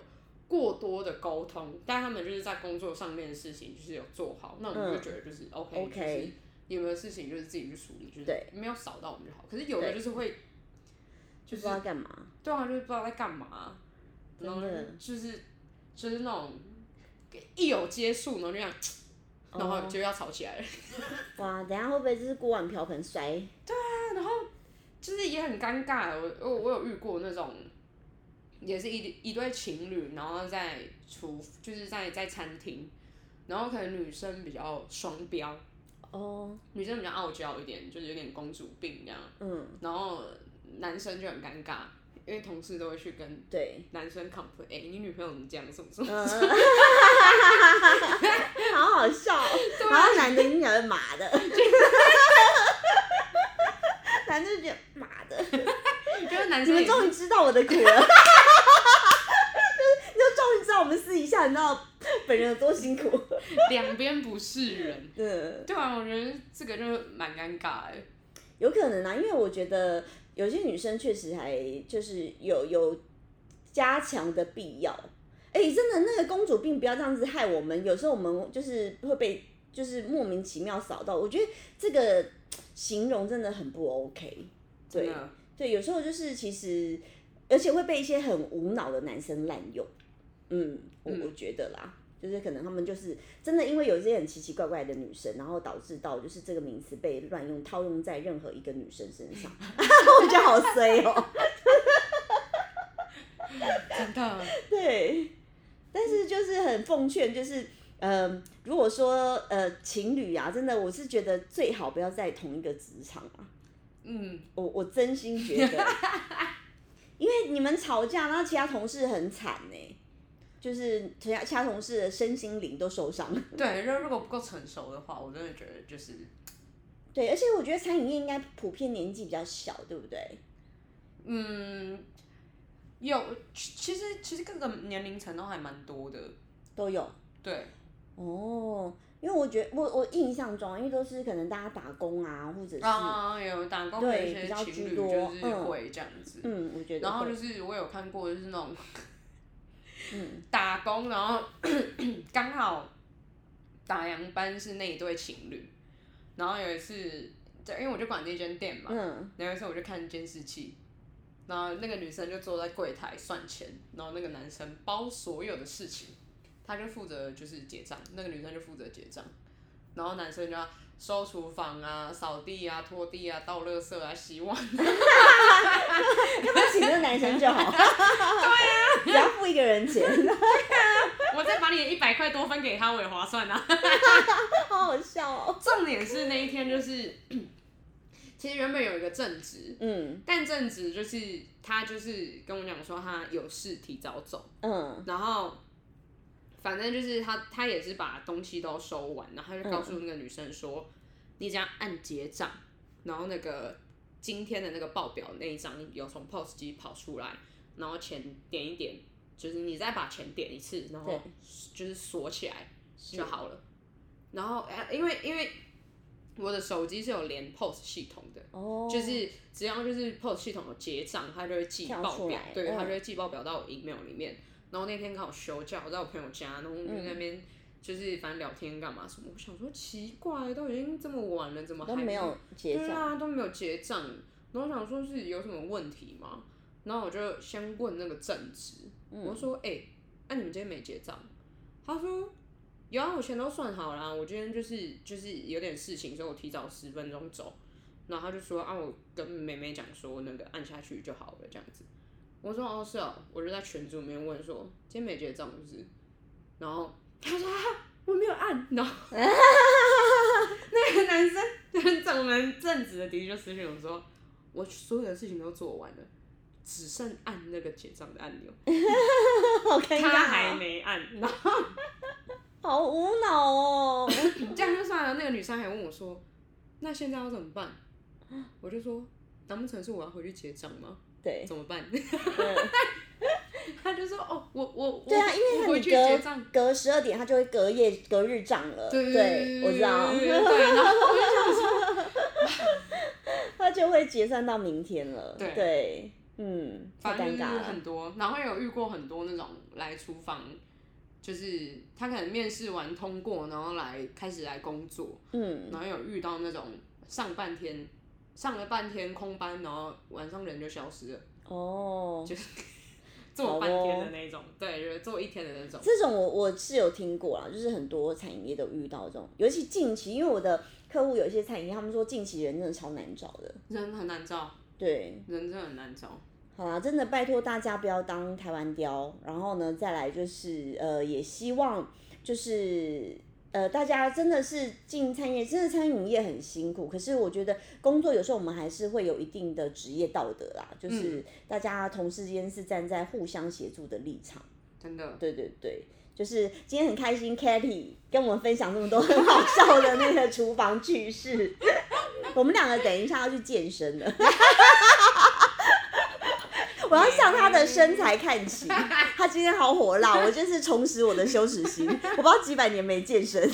过多的沟通，但他们就是在工作上面的事情就是有做好，那我们就觉得就是 OK，、嗯 OK 就是有没有事情就是自己去处理，就是对没有扫到我们就好。可是有的对就是会，就不就是知道干嘛。对啊，就是不知道在干嘛、真然后的就是就是那种一有接触，然后就这样，然后哦就要吵起来了。哇，等一下会不会就是锅碗瓢盆摔？就是也很尴尬。我我我有遇过那种，也是一一对情侣，然后在厨就是在在餐厅，然后可能女生比较双标，哦，女生比较傲娇一点，就是有点公主病这样，嗯，然后男生就很尴尬，因为同事都会去跟。 对，男生 complain，哎、你女朋友怎么这样，什么什么嗯， 好好笑哦。然后男的一定讲是马 的， 男的就觉得马的。就是男呃你生们也是终于知道我的苦了， 就是你就终于知道我们私底下你知道本人有多辛苦。 两边不是人。嗯，对啊，我觉得这个就蛮尴尬的。欸有可能啊，因为我觉得有些女生确实还就是有有加强的必要。哎、真的那个公主病不要这样子害我们，有时候我们就是会被就是莫名其妙扫到，我觉得这个形容真的很不 OK。对真的对，有时候就是其实，而且会被一些很无脑的男生滥用。嗯，我我觉得啦，就是可能他们就是真的因为有这些很奇奇怪怪的女生，然后导致到就是这个名词被乱用套用在任何一个女生身上， 我觉得好衰哦、真的，对，但是就是很奉劝，就是呃，如果说呃情侣啊，真的我是觉得最好不要在同一个职场啊。嗯，我我真心觉 得，因为你们吵架，然后其他同事很惨呢、就是其他其他同事的身心灵都受伤。 对，如如果不够成熟的话，我真的觉得就是对，而且我觉得餐饮业应该普遍年纪比较小，对不对？嗯，有其其实其实各个年龄层都还蛮多的。都有对，哦，因为我觉得我我印象中，啊因为都是可能大家打工啊，或者是、啊，有打工的一对些比较情居侣多就是嗯会这样子。嗯，我觉得然后会就是我有看过，嗯就是那种打工，然后 刚好打烊班是那一对情侣，然后有一次，对，因为我就管这间店嘛，嗯， 然后有一次我就看监视器，然后那个女生就坐在柜台算钱，然后那个男生包所有的事情，他就负责就是结账，那个女生就负责结账，然后男生就要收厨房啊、扫地啊、拖地啊、倒垃圾啊、洗碗， 要不要请这个男生就好？对啊，只要付一个人 钱，我再把你的一百块多分给他，我也划算啊。 好好笑哦。重点是那一天就是，其实原本有一个正职，嗯但正职就是他就是跟我讲说他有事提早走，嗯然后反正就是他他也是把东西都收完，然后他就告诉那个女生说，你只要按结账，然后那个今天的那个报表那一张有从 POS 机跑出来，然后钱点一点，就是你再把钱点一次，然后对就是锁起来就好了。然后呃因为因为我的手机是有连 POS 系统的。哦，就是只要就是 POS 系统有结账，它就会寄跳报出表来，对，嗯它就会寄报表到我 email 里面。然后那天刚好休假，我在我朋友家，然后我们就在那边就是反正聊天干嘛什么。我想说奇怪，都已经这么晚了，怎么还都没有结对账，啊，都没有结账。然后我想说是有什么问题吗？然后我就先问那个正职，嗯我说：“哎、那、你们今天没结账？”他说：“有啊，我钱都算好啦，我今天就是就是有点事情，所以我提早十分钟走。”然后他就说：“啊，我跟妹妹讲说那个按下去就好了，这样子。”我说：“哦，是哦。”我就在群组里面问说：“今天没结账是不是？”然后他说：“啊，我没有按。”然后那个男生，就是我们正直的的确私信我说：“我所有的事情都做完了，只剩按那个结账的按钮。”好尴他还尬哦，没按，然后好无脑哦。 这样就算了。那个女生还问我说：“那现在要怎么办？”我就说：“难不成是我要回去结账吗？对，怎么办嗯？”他就说：“哦，我 我对啊，我因为我他回你去结账。”隔隔十二点，他就会隔夜隔日账了。对我知 道，对，然后我就想说，他就会结算到明天了。对对，嗯，太反正尴就是尬了。很多，然后也有遇过很多那种来厨房，就是他可能面试完通过，然后来开始来工作，嗯，然后有遇到那种上半天上了半天空班，然后晚上人就消失了，哦，做半天的那种，对，就是做一天的那种。这种我我是有听过啦，就是很多餐饮业都遇到这种，尤其近期，因为我的客户有一些餐饮业，他们说近期人真的超难找的。人很难找，对，人真的很难找。好啦，真的拜托大家不要当台湾雕。然后呢，再来就是呃，也希望就是呃，大家真的是进餐业，真的餐饮业很辛苦。可是我觉得工作有时候我们还是会有一定的职业道德啦，就是大家同事之间是站在互相协助的立场。真的， 对对对。就是今天很开心 k a t t y 跟我们分享这么多很好笑的那个厨房趣事。我们两个等一下要去健身了，我要向她的身材看齐。她今天好火辣，我就是重拾我的羞耻心。我不知道几百年没健身，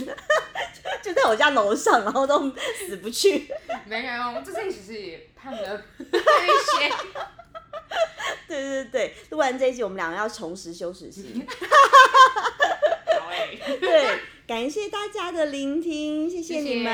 就在我家楼上，然后都死不去。没有，我最近其实也胖了一些。对对对，录完这一集，我们两个要重拾羞耻心。好哎、欸 对，感谢大家的聆听，谢谢谢你们，